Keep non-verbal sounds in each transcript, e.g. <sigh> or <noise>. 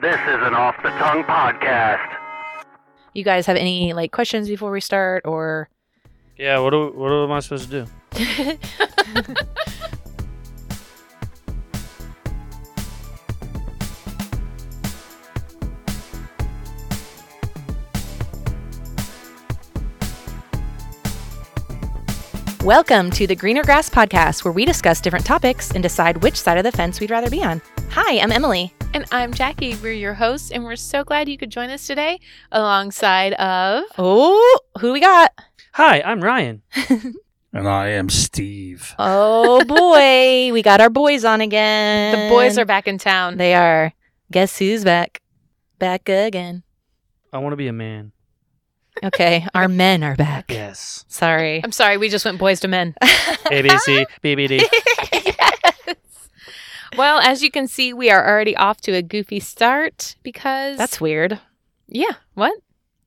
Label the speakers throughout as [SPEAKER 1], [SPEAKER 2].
[SPEAKER 1] This is an off the tongue podcast.
[SPEAKER 2] You guys have any like questions before we start or
[SPEAKER 3] Yeah, what do what am I supposed to do?
[SPEAKER 2] Welcome to the Greener Grass Podcast, where we discuss different topics and decide which side of the fence we'd rather be on. Hi, I'm Emily.
[SPEAKER 4] And I'm Jackie. We're your hosts, and we're so glad you could join us today alongside of.
[SPEAKER 2] Oh, who do we got?
[SPEAKER 3] Hi, I'm Ryan.
[SPEAKER 5] And I am Steve.
[SPEAKER 2] <laughs> Oh boy, we got our boys on again.
[SPEAKER 4] The boys are back in town.
[SPEAKER 2] They are. Guess who's back? Back again.
[SPEAKER 3] I want to be a man.
[SPEAKER 2] Okay, <laughs> our men are back.
[SPEAKER 3] Yes.
[SPEAKER 2] Sorry.
[SPEAKER 4] I'm sorry, we just went boys
[SPEAKER 2] <laughs>
[SPEAKER 4] to men.
[SPEAKER 3] ABC,
[SPEAKER 4] <laughs>
[SPEAKER 3] BBD.
[SPEAKER 4] yes. Well, as you can see, we are already off to a goofy start because.
[SPEAKER 2] That's weird.
[SPEAKER 4] Yeah. What?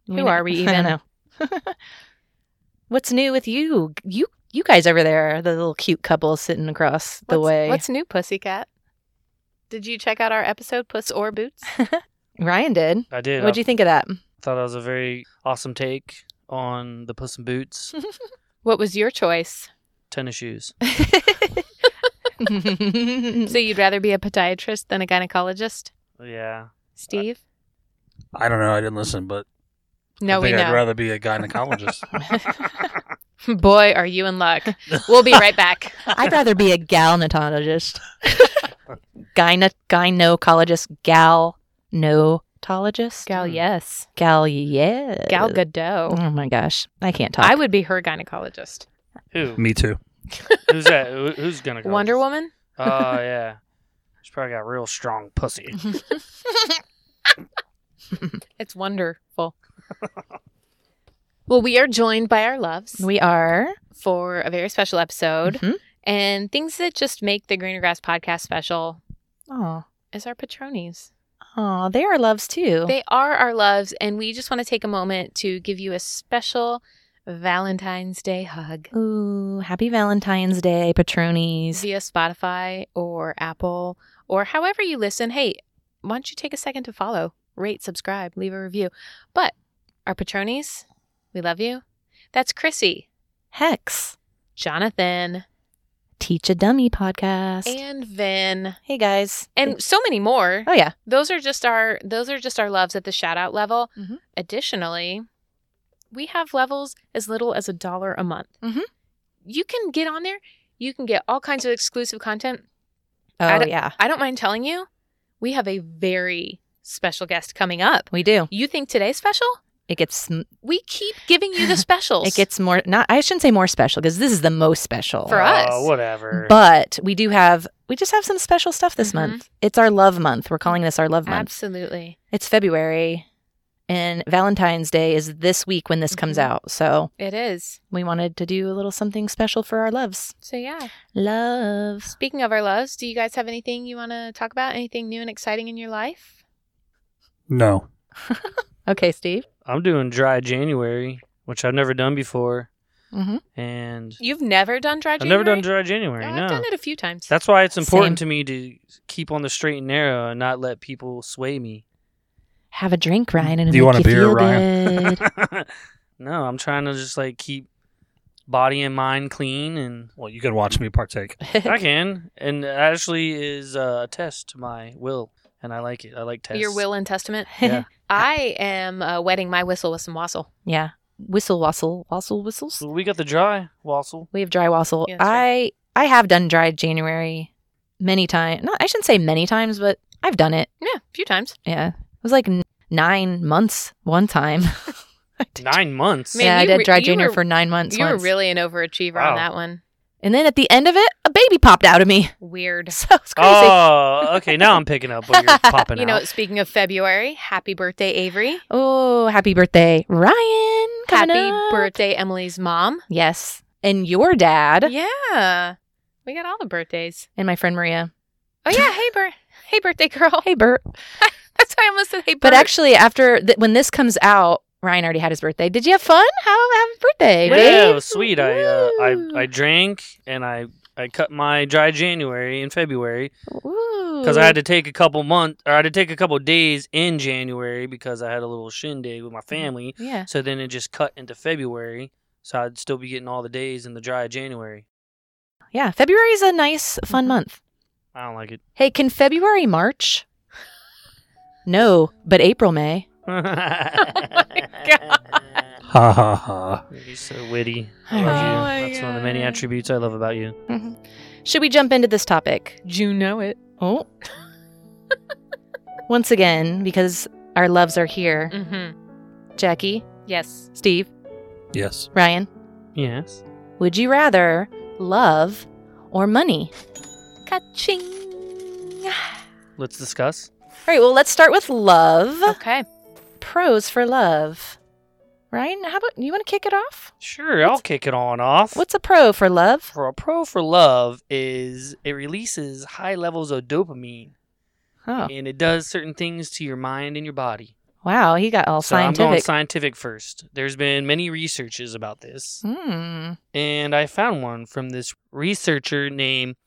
[SPEAKER 4] Who are
[SPEAKER 2] <laughs>
[SPEAKER 4] we
[SPEAKER 2] I
[SPEAKER 4] even? <laughs>
[SPEAKER 2] don't know. What's new with you? You you guys over there, are the little cute couple sitting across the
[SPEAKER 4] What's-
[SPEAKER 2] way.
[SPEAKER 4] What's new, Pussycat? Did you check out our episode, Puss
[SPEAKER 2] <laughs>
[SPEAKER 4] or Boots?
[SPEAKER 2] Ryan did.
[SPEAKER 3] I did.
[SPEAKER 2] What'd
[SPEAKER 3] I
[SPEAKER 2] you think of
[SPEAKER 4] <laughs>
[SPEAKER 2] that?
[SPEAKER 3] thought it was a very awesome take on the Puss in
[SPEAKER 4] <laughs>
[SPEAKER 3] Boots
[SPEAKER 4] what was your choice?
[SPEAKER 3] tennis
[SPEAKER 4] <laughs>
[SPEAKER 3] shoes.
[SPEAKER 4] So you'd rather be a podiatrist than a gynecologist,
[SPEAKER 3] Yeah.
[SPEAKER 4] Steve?
[SPEAKER 5] I don't know. I didn't listen, but
[SPEAKER 4] No,
[SPEAKER 5] I
[SPEAKER 4] we
[SPEAKER 5] think
[SPEAKER 4] know.
[SPEAKER 5] I'd rather be a gynecologist.
[SPEAKER 4] Boy, are you
[SPEAKER 2] <laughs>
[SPEAKER 4] in luck. We'll be right back.
[SPEAKER 2] I'd rather be a
[SPEAKER 4] <laughs>
[SPEAKER 2] galnatologist. Gyne- gynecologist, galnotologist.
[SPEAKER 4] Gal,
[SPEAKER 3] Hmm.
[SPEAKER 4] yes.
[SPEAKER 2] Gal, yeah.
[SPEAKER 4] Gal Gadot.
[SPEAKER 2] Oh my gosh. I can't talk.
[SPEAKER 4] I would be her gynecologist.
[SPEAKER 3] Who?
[SPEAKER 5] <laughs> Me too.
[SPEAKER 3] Who's that? Who- Who's gonna go?
[SPEAKER 4] Wonder Woman?
[SPEAKER 3] Oh yeah. She's probably got real strong pussy.
[SPEAKER 4] It's wonderful. well, we are joined by our loves
[SPEAKER 2] we are.
[SPEAKER 4] for a very special episode.
[SPEAKER 2] Mhm.
[SPEAKER 4] And things that just make the Greener Grass podcast special
[SPEAKER 2] Oh,
[SPEAKER 4] is our Patronies.
[SPEAKER 2] oh, they are loves too.
[SPEAKER 4] They are our loves, and we just want to take a moment to give you a special Valentine's Day hug
[SPEAKER 2] Ooh, happy Valentine's Day, Patronies.
[SPEAKER 4] via Spotify or Apple or however you listen. Hey, why don't you take a second to follow, rate, subscribe, leave a review? But our Patronies, we love you. That's Chrissy,
[SPEAKER 2] Hex,
[SPEAKER 4] Jonathan,
[SPEAKER 2] Teach a Dummy podcast.
[SPEAKER 4] and Vin,
[SPEAKER 2] hey guys.
[SPEAKER 4] and so many more.
[SPEAKER 2] oh yeah,
[SPEAKER 4] Those are just our those are just our loves at the shout out level.
[SPEAKER 2] Mhm.
[SPEAKER 4] Additionally, we have levels as little as a dollar a month.
[SPEAKER 2] Mhm.
[SPEAKER 4] You can get on there. You can get all kinds of exclusive content.
[SPEAKER 2] oh
[SPEAKER 4] don't-
[SPEAKER 2] yeah,
[SPEAKER 4] I don't mind telling you, we have a very special guest coming up.
[SPEAKER 2] we do.
[SPEAKER 4] You think today's special?
[SPEAKER 2] It gets m-
[SPEAKER 4] We keep
[SPEAKER 3] <laughs>
[SPEAKER 4] giving you the specials.
[SPEAKER 2] it gets more. Not I shouldn't say more special because this is the most special
[SPEAKER 4] <laughs> For us.
[SPEAKER 3] Oh, whatever.
[SPEAKER 2] But we do have we just have some special stuff this
[SPEAKER 4] Mhm.
[SPEAKER 2] month. It's our love month. We're calling this our love month.
[SPEAKER 4] absolutely.
[SPEAKER 2] It's February and Valentine's Day is this week when this comes
[SPEAKER 4] Mhm.
[SPEAKER 2] out. So
[SPEAKER 4] It is.
[SPEAKER 2] we wanted to do a little something special for our loves.
[SPEAKER 4] So yeah.
[SPEAKER 2] Loves.
[SPEAKER 4] Speaking of our loves, do you guys have anything you want to talk about? Anything new and exciting in your life?
[SPEAKER 5] No.
[SPEAKER 2] Okay, Steve.
[SPEAKER 3] I'm doing dry January, which I've never done before,
[SPEAKER 2] Mm-hmm.
[SPEAKER 3] and
[SPEAKER 4] You've never done dry
[SPEAKER 3] I've never done dry January.
[SPEAKER 4] No,
[SPEAKER 3] no.
[SPEAKER 4] I've done it a few times.
[SPEAKER 3] That's why it's
[SPEAKER 2] Same.
[SPEAKER 3] important to me to keep on the straight and narrow and not let people sway me.
[SPEAKER 2] Have a drink, Ryan, and
[SPEAKER 5] Do you
[SPEAKER 2] make
[SPEAKER 5] want a beer,
[SPEAKER 2] feel
[SPEAKER 5] Ryan?
[SPEAKER 2] good.
[SPEAKER 3] <laughs> no, I'm trying to just like keep body and mind clean, and
[SPEAKER 5] Well, you can watch me partake.
[SPEAKER 4] <laughs>
[SPEAKER 3] I can. And it actually is uh, a test to my will, and I like it. I like tests.
[SPEAKER 4] your will and testament. <laughs>
[SPEAKER 3] Yeah.
[SPEAKER 4] I am uh, wetting my whistle with some wassail.
[SPEAKER 2] <laughs> yeah. Whistle wassail. Wassail whistles.
[SPEAKER 3] So we got the dry wassail.
[SPEAKER 2] We have dry wassail.
[SPEAKER 4] Yeah, that's
[SPEAKER 2] I I have done dry January many times. Not I shouldn't say many times, but I've done it.
[SPEAKER 4] Yeah, a few times.
[SPEAKER 2] Yeah. It was like n- nine months one time. <laughs>
[SPEAKER 3] Nine months.
[SPEAKER 4] Man,
[SPEAKER 2] yeah, I
[SPEAKER 4] you
[SPEAKER 2] did
[SPEAKER 4] re-
[SPEAKER 2] dry
[SPEAKER 4] you
[SPEAKER 2] January
[SPEAKER 4] were-
[SPEAKER 2] for nine months.
[SPEAKER 4] You were
[SPEAKER 2] once.
[SPEAKER 4] really an overachiever
[SPEAKER 3] Wow.
[SPEAKER 4] on that one.
[SPEAKER 2] and then at the end of it, a baby popped out of me. <laughs>
[SPEAKER 4] Weird.
[SPEAKER 2] So it's crazy. Oh,
[SPEAKER 3] Oh, okay. Now I'm picking up what you're
[SPEAKER 4] <laughs>
[SPEAKER 3] popping
[SPEAKER 4] You know,
[SPEAKER 3] out.
[SPEAKER 4] speaking of February, happy birthday, Avery.
[SPEAKER 2] Oh, happy birthday, Ryan! coming
[SPEAKER 4] happy
[SPEAKER 2] up.
[SPEAKER 4] birthday, Emily's mom.
[SPEAKER 2] Yes, and your dad
[SPEAKER 4] Yeah. We got all the birthdays.
[SPEAKER 2] and my friend Maria.
[SPEAKER 4] <laughs> Oh, yeah. Hey, Bert. Hey, birthday girl.
[SPEAKER 2] Hey, Bert.
[SPEAKER 4] <laughs> That's why I almost said hey, Bert.
[SPEAKER 2] But actually, after th- when this comes out, Ryan already had his birthday. Did you have fun? How happy birthday,
[SPEAKER 3] yeah, it
[SPEAKER 2] babe.
[SPEAKER 3] was sweet. I, uh,
[SPEAKER 2] Woo.
[SPEAKER 3] I I drank and I I cut my dry January in February
[SPEAKER 4] Ooh.
[SPEAKER 3] because I had to take a couple month or I had to take a couple days in January because I had a little shindig with my family.
[SPEAKER 4] Yeah.
[SPEAKER 3] So then it just cut into February. So I'd still be getting all the days in the dry January.
[SPEAKER 2] Yeah, February is a nice,
[SPEAKER 3] Mm-hmm.
[SPEAKER 2] fun month.
[SPEAKER 3] I don't like it.
[SPEAKER 2] Hey, can February March? No, but April May.
[SPEAKER 3] oh
[SPEAKER 4] my
[SPEAKER 5] Ha ha ha.
[SPEAKER 3] <laughs> You're so witty.
[SPEAKER 2] I
[SPEAKER 3] I love you.
[SPEAKER 4] know. Oh my
[SPEAKER 3] That's one of the many
[SPEAKER 4] God.
[SPEAKER 3] attributes I love about you.
[SPEAKER 2] Should we jump into this topic?
[SPEAKER 4] You know it.
[SPEAKER 2] Oh. <laughs> Once again, because our loves are here
[SPEAKER 3] Mm.
[SPEAKER 4] Mm-hmm.
[SPEAKER 2] Jackie,
[SPEAKER 4] Yes.
[SPEAKER 2] Steve,
[SPEAKER 5] Yes.
[SPEAKER 2] Ryan,
[SPEAKER 3] Yes.
[SPEAKER 2] would you rather love or money?
[SPEAKER 4] Catching.
[SPEAKER 3] Let's discuss.
[SPEAKER 2] All right, well, let's start with love.
[SPEAKER 4] Okay.
[SPEAKER 2] Pros for love. Ryan, how about you want to kick it off?
[SPEAKER 3] Sure, I'll kick it on off.
[SPEAKER 2] What's a pro for love?
[SPEAKER 3] for a pro for love is it releases high levels of dopamine
[SPEAKER 2] Oh,
[SPEAKER 3] and it does certain things to your mind and your body.
[SPEAKER 2] wow, he got all
[SPEAKER 3] so I'm going
[SPEAKER 2] scientific.
[SPEAKER 3] scientific first. There's been many researches about this,
[SPEAKER 2] Hmm.
[SPEAKER 3] and I found one from this researcher named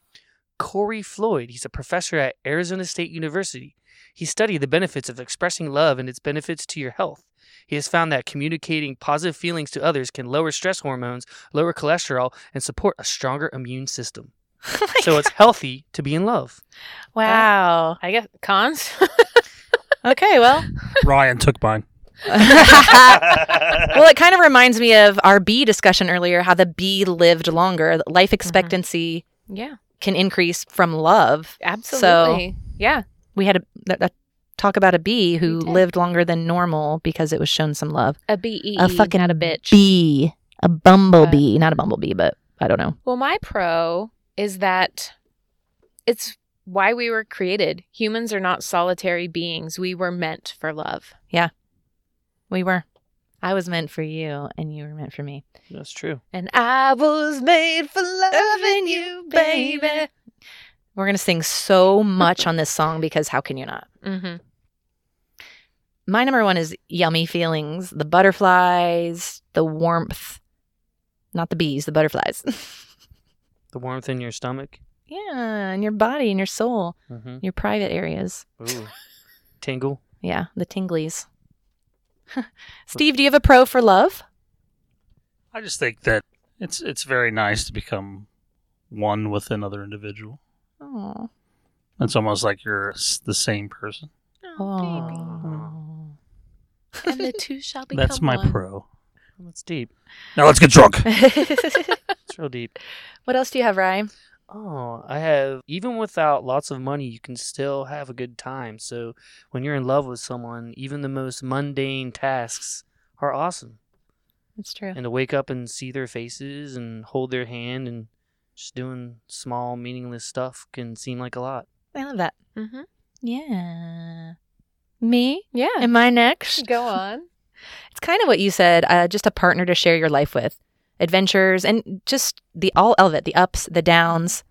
[SPEAKER 3] Corey Floyd. He's a professor at Arizona State University. He studied the benefits of expressing love and its benefits to your health. He has found that communicating positive feelings to others can lower stress hormones, lower cholesterol, and support a stronger immune system. so it's healthy to be in love.
[SPEAKER 4] Wow. I guess cons. <laughs>
[SPEAKER 2] Okay, well. <laughs>
[SPEAKER 5] Ryan took mine.
[SPEAKER 2] well, it kind of reminds me of our bee discussion earlier how the bee lived longer. that
[SPEAKER 4] Mm-hmm.
[SPEAKER 2] Life expectancy
[SPEAKER 4] yeah.
[SPEAKER 2] can increase from love.
[SPEAKER 4] Absolutely. yeah.
[SPEAKER 2] We had a, th- th- talk about a bee who
[SPEAKER 4] did.
[SPEAKER 2] lived longer than normal because it was shown some love.
[SPEAKER 4] A E bee.
[SPEAKER 2] a fucking
[SPEAKER 4] not a bitch.
[SPEAKER 2] Bee, a bumblebee, not a bumblebee, but I don't know.
[SPEAKER 4] Well, my pro is that it's why we were created. Humans are not solitary beings. We were meant for love.
[SPEAKER 2] We were. I was meant for you, and you were meant for me.
[SPEAKER 3] That's true.
[SPEAKER 4] And I was made for loving you, baby.
[SPEAKER 2] We're gonna sing so much on this song because how can you not?
[SPEAKER 4] Mm-hmm.
[SPEAKER 2] My number one is yummy feelings, the butterflies, the warmth, not the bees, the butterflies. <laughs>
[SPEAKER 3] The warmth in your stomach.
[SPEAKER 2] yeah, and your body and your soul,
[SPEAKER 3] Mm-hmm.
[SPEAKER 2] your private areas.
[SPEAKER 3] <laughs> Ooh. Tingle.
[SPEAKER 2] Yeah, the tinglies. <laughs> Steve, do you have a pro for love?
[SPEAKER 5] I just think that it's it's very nice to become one with another individual.
[SPEAKER 2] Oh.
[SPEAKER 5] It's almost like you're s- the same person. Oh,
[SPEAKER 2] <laughs>
[SPEAKER 4] And the two shall
[SPEAKER 5] <laughs>
[SPEAKER 4] become
[SPEAKER 5] That's my
[SPEAKER 4] one.
[SPEAKER 5] pro.
[SPEAKER 3] Oh, That's deep.
[SPEAKER 5] Now let's get drunk.
[SPEAKER 3] It's real deep.
[SPEAKER 2] <laughs> what else do you have, Ryan?
[SPEAKER 3] Oh, I have. Even without lots of money, you can still have a good time. So when you're in love with someone, even the most mundane tasks are awesome.
[SPEAKER 2] It's true.
[SPEAKER 3] And to wake up and see their faces and hold their hand and just doing small, meaningless stuff can seem like a lot.
[SPEAKER 2] I love that.
[SPEAKER 4] Mm-hmm.
[SPEAKER 2] Yeah. Me?
[SPEAKER 4] Yeah.
[SPEAKER 2] Am I next?
[SPEAKER 4] <laughs> Go on.
[SPEAKER 2] It's kind of what you said, uh, just a partner to share your life with. Adventures and just the all of it, the ups, the downs,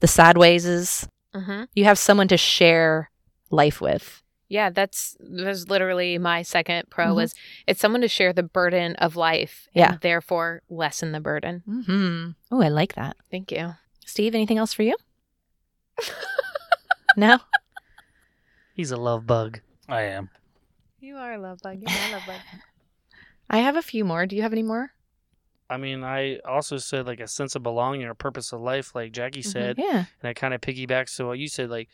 [SPEAKER 2] the sidewayses.
[SPEAKER 4] Mm-hmm.
[SPEAKER 2] You have someone to share life with.
[SPEAKER 4] Yeah, that's that was literally my second pro
[SPEAKER 2] Mhm.
[SPEAKER 4] was it's someone to share the burden of life
[SPEAKER 2] Yeah.
[SPEAKER 4] and therefore lessen the burden.
[SPEAKER 2] Mm-hmm. Oh, I like that.
[SPEAKER 4] Thank you.
[SPEAKER 2] Steve, anything else for <laughs> you? no?
[SPEAKER 3] He's a love bug.
[SPEAKER 5] I am.
[SPEAKER 4] You are a love bug. You are a love bug.
[SPEAKER 2] I have a few more. Do you have any more?
[SPEAKER 3] I mean, I also said like a sense of belonging or purpose of life, like Jackie
[SPEAKER 4] Mhm.
[SPEAKER 3] said,
[SPEAKER 2] Yeah.
[SPEAKER 3] and I kind of piggybacks to what you said. Like,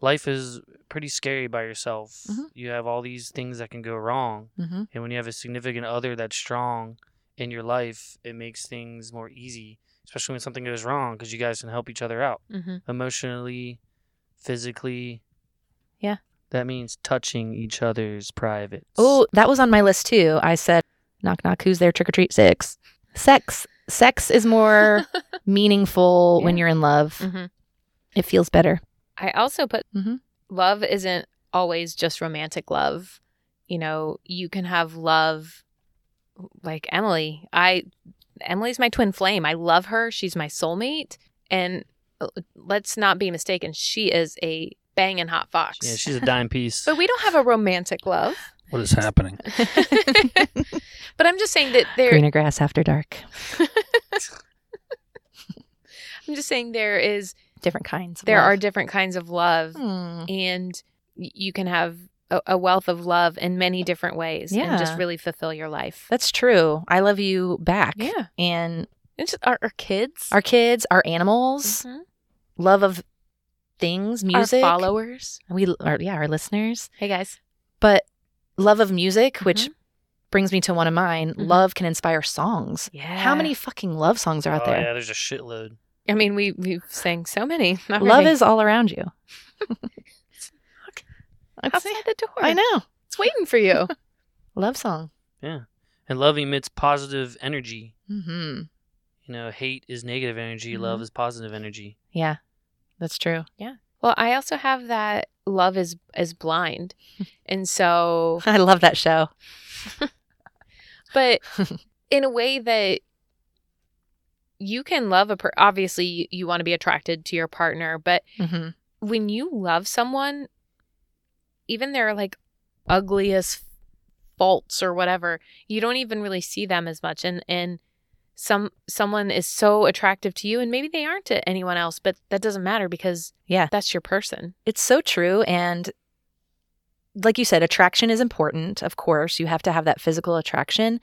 [SPEAKER 3] life is pretty scary by yourself.
[SPEAKER 2] Mhm.
[SPEAKER 3] You have all these things that can go wrong,
[SPEAKER 2] Mm-hmm.
[SPEAKER 3] and when you have a significant other that's strong in your life, it makes things more easy, especially when something goes wrong, because you guys can help each other out
[SPEAKER 4] <laughs> mm-hmm.
[SPEAKER 3] emotionally, physically.
[SPEAKER 2] Yeah.
[SPEAKER 3] That means touching each other's privates.
[SPEAKER 2] Oh, that was on my list too. I said, knock, knock, who's there? Trick or treat six. Sex. Sex is <laughs> more meaningful when
[SPEAKER 4] Yeah.
[SPEAKER 2] you're in love.
[SPEAKER 4] Mm-hmm.
[SPEAKER 2] It feels <laughs> better.
[SPEAKER 4] I also put
[SPEAKER 2] Mhm.
[SPEAKER 4] love isn't always just romantic love. You know, you can have love like Emily. I Emily's my twin flame. I love her. She's my soulmate. And uh, let's not be mistaken, she is a banging hot fox.
[SPEAKER 3] Yeah, she's a
[SPEAKER 2] <laughs>
[SPEAKER 3] dime piece.
[SPEAKER 4] but we don't have a romantic love.
[SPEAKER 5] What is happening?
[SPEAKER 4] but I'm just saying that there
[SPEAKER 2] Greener grass after dark.
[SPEAKER 4] <laughs> I'm just saying there is
[SPEAKER 2] Different kinds. Of
[SPEAKER 4] there
[SPEAKER 2] love.
[SPEAKER 4] are different kinds of love,
[SPEAKER 2] Hmm.
[SPEAKER 4] and y- you can have a, a wealth of love in many different ways, and just
[SPEAKER 2] Yeah.
[SPEAKER 4] really fulfill your life.
[SPEAKER 2] That's true. I love you back.
[SPEAKER 4] Yeah.
[SPEAKER 2] And
[SPEAKER 4] And just our, our kids,
[SPEAKER 2] our kids, our animals,
[SPEAKER 4] Mhm.
[SPEAKER 2] love of things,
[SPEAKER 4] Our
[SPEAKER 2] music.
[SPEAKER 4] followers.
[SPEAKER 2] We are yeah, our listeners.
[SPEAKER 4] Hey guys,
[SPEAKER 2] But love of music, which brings me to one of mine,
[SPEAKER 4] Mhm.
[SPEAKER 2] love can inspire songs.
[SPEAKER 4] yeah,
[SPEAKER 2] How many fucking love songs are out
[SPEAKER 3] oh,
[SPEAKER 2] there?
[SPEAKER 3] Yeah, there's a shitload.
[SPEAKER 4] I mean, we we've sang so many. <laughs>
[SPEAKER 2] Love is all around you. It's-
[SPEAKER 4] outside the door.
[SPEAKER 2] I know.
[SPEAKER 4] it's waiting for you.
[SPEAKER 2] Love song.
[SPEAKER 3] And love emits positive energy.
[SPEAKER 2] hmm
[SPEAKER 3] You know, hate is negative energy.
[SPEAKER 2] Mm-hmm.
[SPEAKER 3] Love is positive energy.
[SPEAKER 2] Yeah, that's true.
[SPEAKER 4] <laughs>
[SPEAKER 2] <laughs>
[SPEAKER 4] well, I also have that love is is <laughs> blind, and so
[SPEAKER 2] I love that show.
[SPEAKER 4] but in a way that you can love a per- obviously you, you want to be attracted to your partner but
[SPEAKER 2] hmm
[SPEAKER 4] when you love someone even their like ugliest faults or whatever you don't even really see them as much and and some someone is so attractive to you and maybe they aren't to anyone else but that doesn't matter because
[SPEAKER 2] Yeah.
[SPEAKER 4] that's your person
[SPEAKER 2] It's so true. And like you said, attraction is important. Of course, you have to have that physical attraction.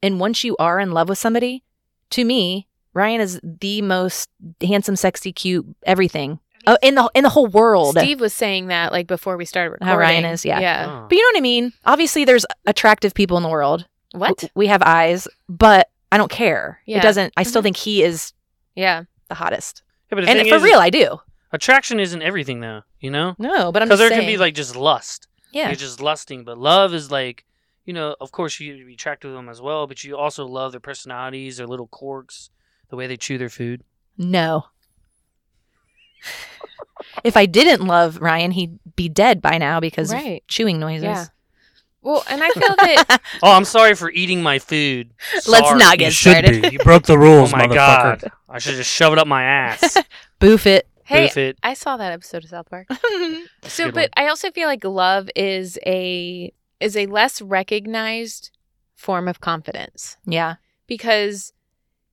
[SPEAKER 2] And once you are in love with somebody, to me, Ryan is the most handsome, sexy, cute, everything oh, in the in the whole world.
[SPEAKER 4] steve was saying that like before we started recording
[SPEAKER 2] How Ryan is, yeah.
[SPEAKER 4] yeah
[SPEAKER 2] But you know what I mean? Obviously, there's attractive people in the world.
[SPEAKER 4] what
[SPEAKER 2] W- We have eyes, but I don't care.
[SPEAKER 4] Yeah.
[SPEAKER 2] It doesn't. I still
[SPEAKER 4] Mhm.
[SPEAKER 2] think he is
[SPEAKER 4] yeah
[SPEAKER 2] the hottest.
[SPEAKER 3] Yeah, but the
[SPEAKER 2] and
[SPEAKER 3] thing
[SPEAKER 2] for
[SPEAKER 3] is,
[SPEAKER 2] real, I do.
[SPEAKER 3] attraction isn't everything, though. You know,
[SPEAKER 2] No, but I'm
[SPEAKER 3] because
[SPEAKER 2] just
[SPEAKER 3] there
[SPEAKER 2] saying.
[SPEAKER 3] can be like just lust.
[SPEAKER 2] yeah,
[SPEAKER 3] You're just lusting, but love is like, you know, of course you be attracted to them as well, but you also love their personalities, their little quirks, the way they chew their food.
[SPEAKER 2] no. <laughs> if I didn't love Ryan, he'd be dead by now because
[SPEAKER 4] Right.
[SPEAKER 2] of chewing noises.
[SPEAKER 4] Yeah. well and i feel that
[SPEAKER 2] <laughs>
[SPEAKER 3] Oh, I'm sorry for eating my food.
[SPEAKER 2] Let's
[SPEAKER 3] Sorry.
[SPEAKER 2] not
[SPEAKER 5] You
[SPEAKER 2] get
[SPEAKER 5] should
[SPEAKER 2] started.
[SPEAKER 5] be. You broke the <laughs>
[SPEAKER 3] Oh
[SPEAKER 5] rules,
[SPEAKER 3] my
[SPEAKER 5] motherfucker.
[SPEAKER 3] god! I should just shove it up
[SPEAKER 2] <laughs>
[SPEAKER 3] my ass.
[SPEAKER 2] Boof it.
[SPEAKER 4] hey
[SPEAKER 3] Boof it.
[SPEAKER 4] i saw that episode of south park
[SPEAKER 3] That's a
[SPEAKER 4] So,
[SPEAKER 3] good
[SPEAKER 4] but I also feel like love is a is a less recognized form of confidence
[SPEAKER 2] yeah,
[SPEAKER 4] because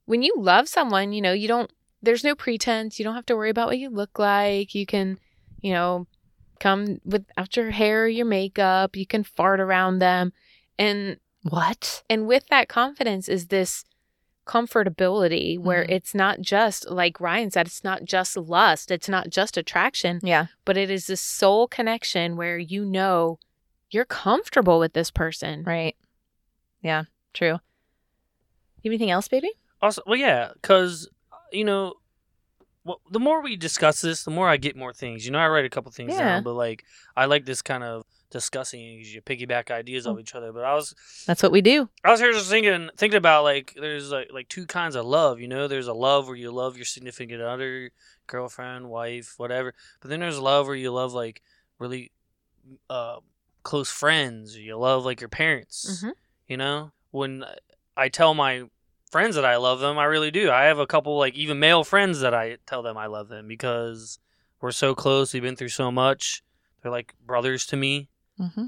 [SPEAKER 4] when you love someone, you know, you don't there's no pretense. You don't have to worry about what you look like. You can, you know, come without your hair or your makeup. You can fart around them. And
[SPEAKER 2] what?
[SPEAKER 4] and with that confidence is this comfortability where
[SPEAKER 3] Mm-hmm.
[SPEAKER 2] Mhm.
[SPEAKER 4] it's not just like Ryan said, it's not just lust, it's not just attraction
[SPEAKER 2] Yeah,
[SPEAKER 4] but it is this soul connection where you know you're comfortable with this person.
[SPEAKER 2] right. Yeah, true. You have anything else, baby?
[SPEAKER 3] Also, well, yeah, because you know, well, the more we discuss this, the more I get more things. You know, I write a couple things
[SPEAKER 2] Yeah.
[SPEAKER 3] down, but like I like this kind of discussing it 'cause you piggyback ideas off each other. But I was,
[SPEAKER 2] Mm. That's what we do.
[SPEAKER 3] I was here just thinking, thinking about like there's like like two kinds of love. You know, there's a love where you love your significant other, girlfriend, wife, whatever. But then there's love where you love like really uh, close friends. Or you love like your parents.
[SPEAKER 4] Mhm.
[SPEAKER 3] You know, when I tell my friends that I love them, I really do. I have a couple, like, even male friends that I tell them I love them because we're so close. We've been through so much. They're like brothers to me.
[SPEAKER 2] Mm-hmm.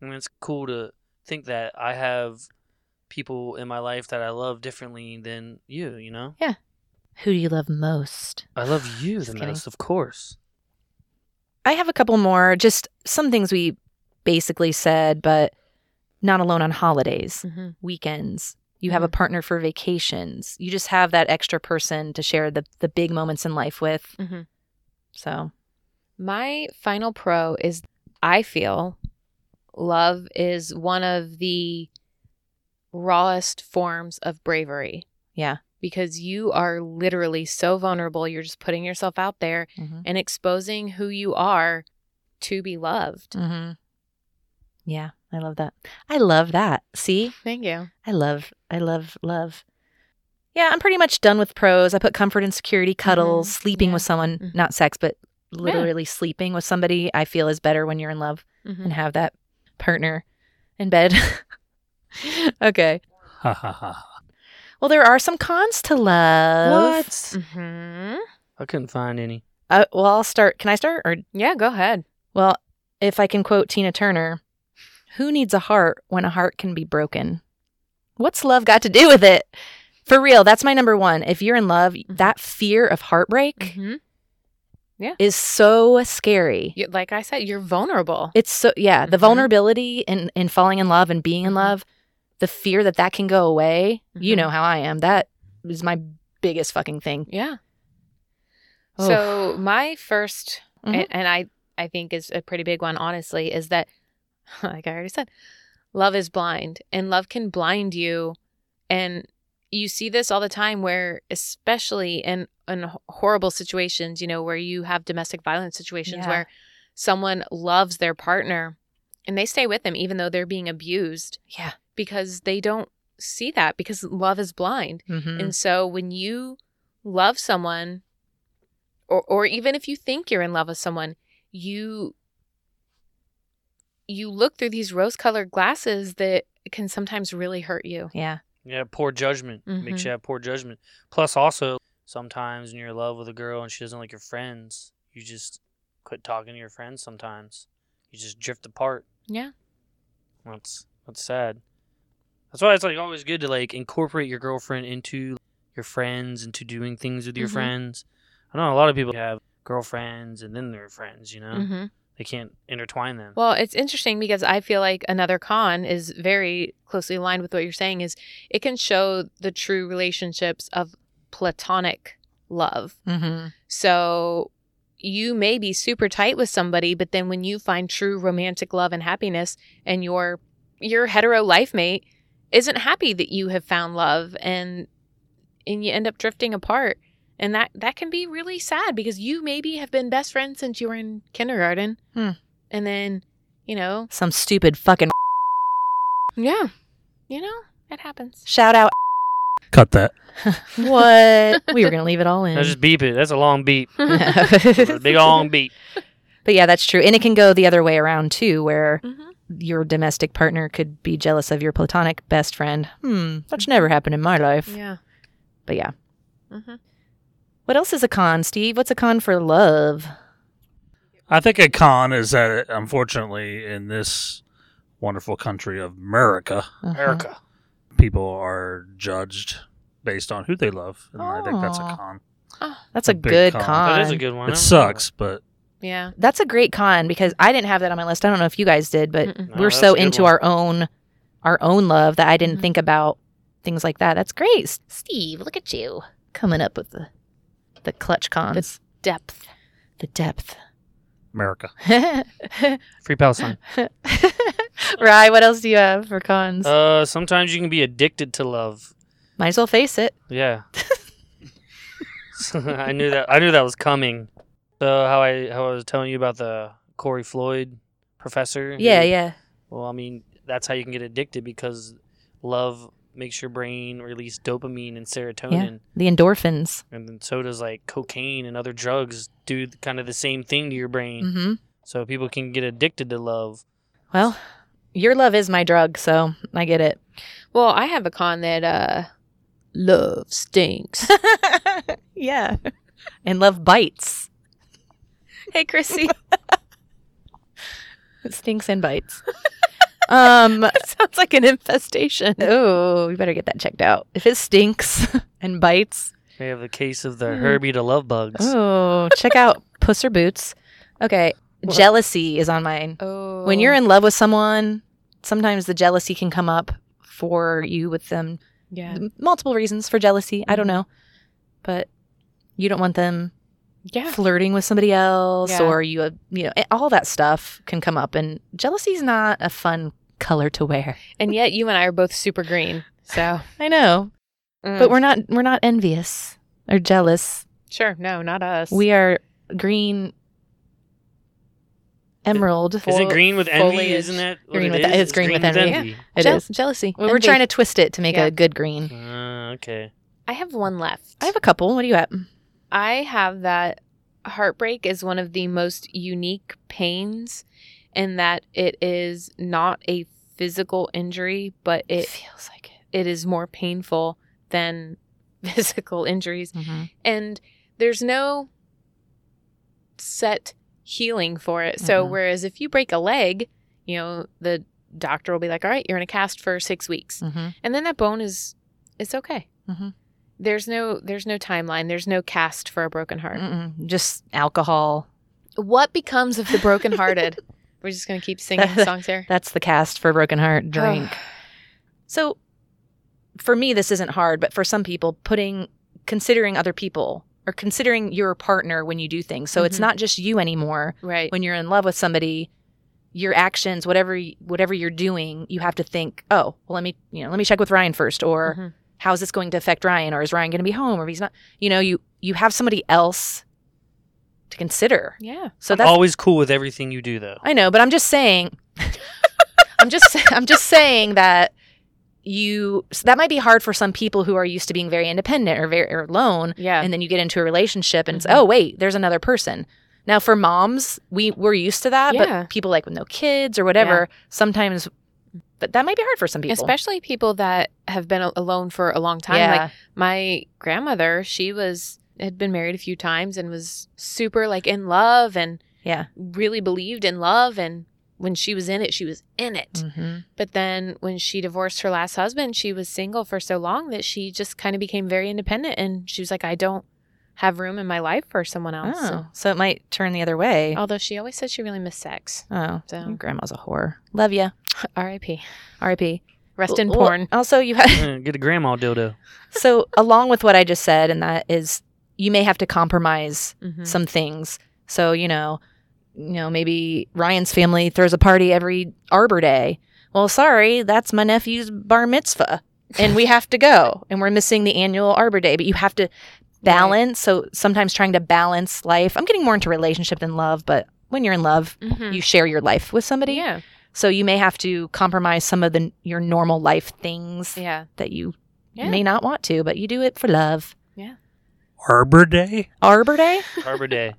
[SPEAKER 3] I mean, it's cool to think that I have people in my life that I love differently than you, you know?
[SPEAKER 2] Who do you love most?
[SPEAKER 3] I love you
[SPEAKER 2] Just
[SPEAKER 3] the
[SPEAKER 2] kidding.
[SPEAKER 3] most, of course.
[SPEAKER 2] I have a couple more, just some things we basically said, but not alone on holidays,
[SPEAKER 4] Mhm.
[SPEAKER 2] weekends. You have a partner for vacations. You just have that extra person to share the, the big moments in life with.
[SPEAKER 4] Mhm.
[SPEAKER 2] So,
[SPEAKER 4] My final pro is I feel love is one of the rawest forms of bravery.
[SPEAKER 2] Yeah.
[SPEAKER 4] Because you are literally so vulnerable. You're just putting yourself out there
[SPEAKER 2] Mhm.
[SPEAKER 4] and exposing who you are to be loved.
[SPEAKER 2] mhm. yeah, I love that. I love that. See,
[SPEAKER 4] Thank you.
[SPEAKER 2] I love, I love, love. Yeah, I'm pretty much done with pros. I put comfort and security, cuddles,
[SPEAKER 4] Mhm.
[SPEAKER 2] sleeping
[SPEAKER 4] Yeah.
[SPEAKER 2] with someone,
[SPEAKER 4] Mhm.
[SPEAKER 2] not sex, but literally sleeping with somebody I feel is better when you're in love.
[SPEAKER 4] Mm-hmm.
[SPEAKER 2] and
[SPEAKER 4] Mm.
[SPEAKER 2] have that partner in bed. <laughs> okay.
[SPEAKER 5] Ha ha ha.
[SPEAKER 2] Well, there are some cons to love.
[SPEAKER 3] What?
[SPEAKER 4] hmm
[SPEAKER 3] I couldn't find any.
[SPEAKER 2] Uh, well, I'll start. Can I start? Or
[SPEAKER 4] Yeah, go ahead.
[SPEAKER 2] well, if I can quote Tina Turner, "Who needs a heart when a heart can be broken? What's love got to do with it?" For real, that's my number one. If you're in love, that fear of heartbreak
[SPEAKER 4] Mm-hmm.
[SPEAKER 2] is so scary.
[SPEAKER 4] like I said, you're vulnerable.
[SPEAKER 2] It's so yeah, the
[SPEAKER 4] Mhm.
[SPEAKER 2] vulnerability in in falling in love and being in
[SPEAKER 4] Mhm.
[SPEAKER 2] love, the fear that that can go away. You
[SPEAKER 4] Mhm.
[SPEAKER 2] know how I am. That is my biggest fucking thing.
[SPEAKER 4] yeah.
[SPEAKER 2] Oh.
[SPEAKER 4] So my 1st
[SPEAKER 2] Mhm.
[SPEAKER 4] and, and I I think is a pretty big one, honestly, is that <laughs> like I already said, love is blind, and love can blind you, and you see this all the time, where especially in in horrible situations, you know, where you have domestic violence situations
[SPEAKER 2] Yeah.
[SPEAKER 4] where someone loves their partner, and they stay with them even though they're being abused,
[SPEAKER 2] Yeah.
[SPEAKER 4] because they don't see that because love is blind.
[SPEAKER 2] Mhm.
[SPEAKER 4] And so when you love someone, or or even if you think you're in love with someone, you you look through these rose-colored glasses that can sometimes really hurt you.
[SPEAKER 2] yeah.
[SPEAKER 3] Yeah, poor judgment
[SPEAKER 4] Mm-hmm.
[SPEAKER 3] makes you have poor judgment. Plus, also sometimes when you're in love with a girl and she doesn't like your friends, you just quit talking to your friends. Sometimes you just drift apart.
[SPEAKER 4] Yeah.
[SPEAKER 3] That's that's sad. That's why it's like always good to like incorporate your girlfriend into your friends, into doing things with your
[SPEAKER 4] Mhm.
[SPEAKER 3] friends. I know a lot of people have girlfriends and then they're friends. You know,
[SPEAKER 4] Mm-hmm.
[SPEAKER 3] they can't intertwine them.
[SPEAKER 4] Well, it's interesting because I feel like another con is very closely aligned with what you're saying is it can show the true relationships of platonic love.
[SPEAKER 2] Mhm.
[SPEAKER 4] So you may be super tight with somebody, but then when you find true romantic love and happiness and your your hetero life mate isn't happy that you have found love and and you end up drifting apart. And that that can be really sad because you maybe have been best friends since you were in kindergarten.
[SPEAKER 2] Hmm.
[SPEAKER 4] And then, you know,
[SPEAKER 2] Some stupid fucking <laughs>
[SPEAKER 4] yeah. You know, it happens.
[SPEAKER 2] shout out.
[SPEAKER 5] Cut that.
[SPEAKER 4] <laughs>
[SPEAKER 2] What? <laughs> we were going to leave it all in.
[SPEAKER 3] Now just beep it. That's a long beep.
[SPEAKER 4] Mm-hmm.
[SPEAKER 3] That's a big long beep.
[SPEAKER 2] <laughs> But yeah, that's true. And it can go the other way around too, where
[SPEAKER 4] Mhm.
[SPEAKER 2] your domestic partner could be jealous of your platonic best friend. Hmm, that's never happened in my life.
[SPEAKER 4] Yeah.
[SPEAKER 2] But yeah.
[SPEAKER 4] hmm
[SPEAKER 2] What else is a con, Steve? What's a con for love?
[SPEAKER 5] I think a con is that, unfortunately, in this wonderful country of America,
[SPEAKER 2] Uh-huh.
[SPEAKER 3] Erica.
[SPEAKER 5] people are judged based on who they love, and I think that's a
[SPEAKER 2] Aw.
[SPEAKER 5] con.
[SPEAKER 2] That's a,
[SPEAKER 5] A big
[SPEAKER 2] good con.
[SPEAKER 5] con.
[SPEAKER 3] That is a good one. I
[SPEAKER 5] It
[SPEAKER 3] don't
[SPEAKER 5] sucks, but
[SPEAKER 4] Yeah.
[SPEAKER 2] That's a great con because I didn't have that on my list. I don't know if you guys did, but
[SPEAKER 4] Mm-mm.
[SPEAKER 3] No,
[SPEAKER 2] we're
[SPEAKER 3] that's
[SPEAKER 2] so
[SPEAKER 3] a good
[SPEAKER 2] into
[SPEAKER 3] one.
[SPEAKER 2] our own our own love that I didn't
[SPEAKER 4] Mhm.
[SPEAKER 2] think about things like that. That's great. S- Mm-hmm. Steve, look at you coming up with the the clutch cons,
[SPEAKER 4] Depth.
[SPEAKER 2] the depth. <laughs>
[SPEAKER 5] America.
[SPEAKER 3] Free Palestine.
[SPEAKER 2] Rye, what else do you have for <laughs> cons?
[SPEAKER 3] Uh, sometimes you can be addicted to love.
[SPEAKER 2] Might as well face it. <laughs>
[SPEAKER 3] Yeah. <laughs> I knew that. I knew that was coming. So how I how I was telling you about the Corey Floyd professor. who-
[SPEAKER 2] Yeah, yeah.
[SPEAKER 3] Well, I mean that's how you can get addicted because love makes your brain release dopamine and serotonin,
[SPEAKER 2] The endorphins.
[SPEAKER 3] and then so does like cocaine and other drugs do th- kind of the same thing to your
[SPEAKER 4] Mm.
[SPEAKER 3] brain.
[SPEAKER 2] Mm-hmm.
[SPEAKER 3] So people can get addicted to love.
[SPEAKER 2] Well, your love is my drug, so I get it. <laughs>
[SPEAKER 4] Well, I have a con that uh love
[SPEAKER 2] <laughs>
[SPEAKER 4] stinks.
[SPEAKER 2] yeah. And love bites. <laughs>
[SPEAKER 4] hey Chrissy.
[SPEAKER 2] It stinks and bites.
[SPEAKER 4] <laughs>
[SPEAKER 2] um
[SPEAKER 4] Sounds like an infestation.
[SPEAKER 2] oh, you better get that checked out. If it stinks <laughs> and bites,
[SPEAKER 3] We have the case of the
[SPEAKER 2] Hmm.
[SPEAKER 3] Herbie to love bugs.
[SPEAKER 2] oh, check out
[SPEAKER 4] <laughs>
[SPEAKER 2] Puss or Boots. Okay.
[SPEAKER 3] What?
[SPEAKER 2] Jealousy is on mine.
[SPEAKER 4] Oh.
[SPEAKER 2] When you're in love with someone, sometimes the jealousy can come up for you with them
[SPEAKER 4] yeah.
[SPEAKER 2] M- multiple reasons for jealousy. I don't
[SPEAKER 4] Mhm.
[SPEAKER 2] know. But you don't want them
[SPEAKER 4] Yeah.
[SPEAKER 2] flirting with somebody else
[SPEAKER 4] Yeah.
[SPEAKER 2] or you uh, you know all that stuff can come up and jealousy's not a fun color to wear.
[SPEAKER 4] And yet you and I are both super green. So,
[SPEAKER 2] I know, but
[SPEAKER 4] Mm.
[SPEAKER 2] we're not we're not envious or jealous.
[SPEAKER 4] sure, no, not us.
[SPEAKER 2] We are green emerald.
[SPEAKER 3] Is it
[SPEAKER 4] Fo-
[SPEAKER 3] green with envy?
[SPEAKER 4] foliage.
[SPEAKER 3] Isn't that what
[SPEAKER 2] Green
[SPEAKER 3] it
[SPEAKER 2] with-
[SPEAKER 3] is?
[SPEAKER 2] it's green with envy, It
[SPEAKER 4] Je-
[SPEAKER 2] is.
[SPEAKER 4] jealousy.
[SPEAKER 2] Well, We're trying to twist it to make
[SPEAKER 4] Yeah.
[SPEAKER 2] a good green.
[SPEAKER 3] Ah, okay.
[SPEAKER 4] I have one left.
[SPEAKER 2] I have a couple. What do you have?
[SPEAKER 4] I have that heartbreak is one of the most unique pains in that it is not a physical injury, but it
[SPEAKER 2] feels like it.
[SPEAKER 4] it is more painful than <laughs> physical injuries.
[SPEAKER 2] Mm-hmm,
[SPEAKER 4] and there's no set healing for it. So
[SPEAKER 2] Mhm.
[SPEAKER 4] whereas if you break a leg, you know, the doctor will be like, "All right, you're in a cast for 6 weeks."
[SPEAKER 2] Mhm.
[SPEAKER 4] And then that bone is it's okay.
[SPEAKER 2] Mhm.
[SPEAKER 4] There's no there's no timeline. There's no cast for a broken heart.
[SPEAKER 2] Mm-mm, just alcohol.
[SPEAKER 4] What becomes of
[SPEAKER 2] <laughs>
[SPEAKER 4] the brokenhearted? We're just gonna keep singing songs here.
[SPEAKER 2] That's the cast for Broken Heart Drink. so for me, this isn't hard, but for some people, putting considering other people or considering your partner when you do things. So it's
[SPEAKER 4] Mhm.
[SPEAKER 2] not just you anymore.
[SPEAKER 4] <sighs> right.
[SPEAKER 2] When you're in love with somebody, your actions, whatever y- whatever you're doing, you have to think, oh, well, let me you know, let me check with Ryan first, or
[SPEAKER 4] Mhm.
[SPEAKER 2] how's this going to affect Ryan or is Ryan going to be home or he's not you know you you have somebody else to consider
[SPEAKER 4] Yeah.
[SPEAKER 2] so that's
[SPEAKER 3] Always cool with everything you
[SPEAKER 2] <laughs>
[SPEAKER 3] do, though.
[SPEAKER 2] I know but I'm just saying <laughs> I'm just I'm just saying that you so that might be hard for some people who are used to being very independent or very or alone
[SPEAKER 4] Yeah.
[SPEAKER 2] and then you get into a relationship and
[SPEAKER 4] Mhm.
[SPEAKER 2] it's oh wait there's another person now for moms we we're used to that
[SPEAKER 4] Yeah.
[SPEAKER 2] but people like with no kids or whatever sometimes but that might be hard for some people
[SPEAKER 4] Especially people that have been a- alone for a long time. Like
[SPEAKER 2] yeah
[SPEAKER 4] my grandmother, she was had been married a few times and was super like in love and
[SPEAKER 2] yeah
[SPEAKER 4] really believed in love and when she was in it, she was in it.
[SPEAKER 2] hmm
[SPEAKER 4] But then when she divorced her last husband, she was single for so long that she just kind of became very independent and she was like, I don't have room in my life for someone else.
[SPEAKER 2] oh so it might turn the other way
[SPEAKER 4] So- although she always said she really missed sex.
[SPEAKER 2] Oh,
[SPEAKER 4] So-
[SPEAKER 2] your grandma's a whore. Love ya.
[SPEAKER 4] R.I.P.
[SPEAKER 2] R.I.P.
[SPEAKER 4] Rest in
[SPEAKER 2] Well,
[SPEAKER 4] porn.
[SPEAKER 2] Also, you have
[SPEAKER 3] Eh, Get a grandma dildo.
[SPEAKER 2] <laughs> so along with what I just said, and that is you may have to compromise
[SPEAKER 4] Mm.
[SPEAKER 2] some things. So you know, you know, maybe Ryan's family throws a party every Arbor Day. Well, sorry, that's my nephew's bar mitzvah, and we have to
[SPEAKER 4] <laughs>
[SPEAKER 2] go, and we're missing the annual Arbor Day. But you have to balance. So sometimes trying to balance life. I'm getting more into relationship than love, but when you're in love,
[SPEAKER 4] Mhm.
[SPEAKER 2] you share your life with somebody.
[SPEAKER 4] Yeah.
[SPEAKER 2] So you may have to compromise some of the your normal life things
[SPEAKER 4] Yeah.
[SPEAKER 2] that you
[SPEAKER 4] Yeah.
[SPEAKER 2] may not want to, but you do it for love.
[SPEAKER 5] Arbor Day?
[SPEAKER 2] Arbor Day?
[SPEAKER 3] Arbor Day.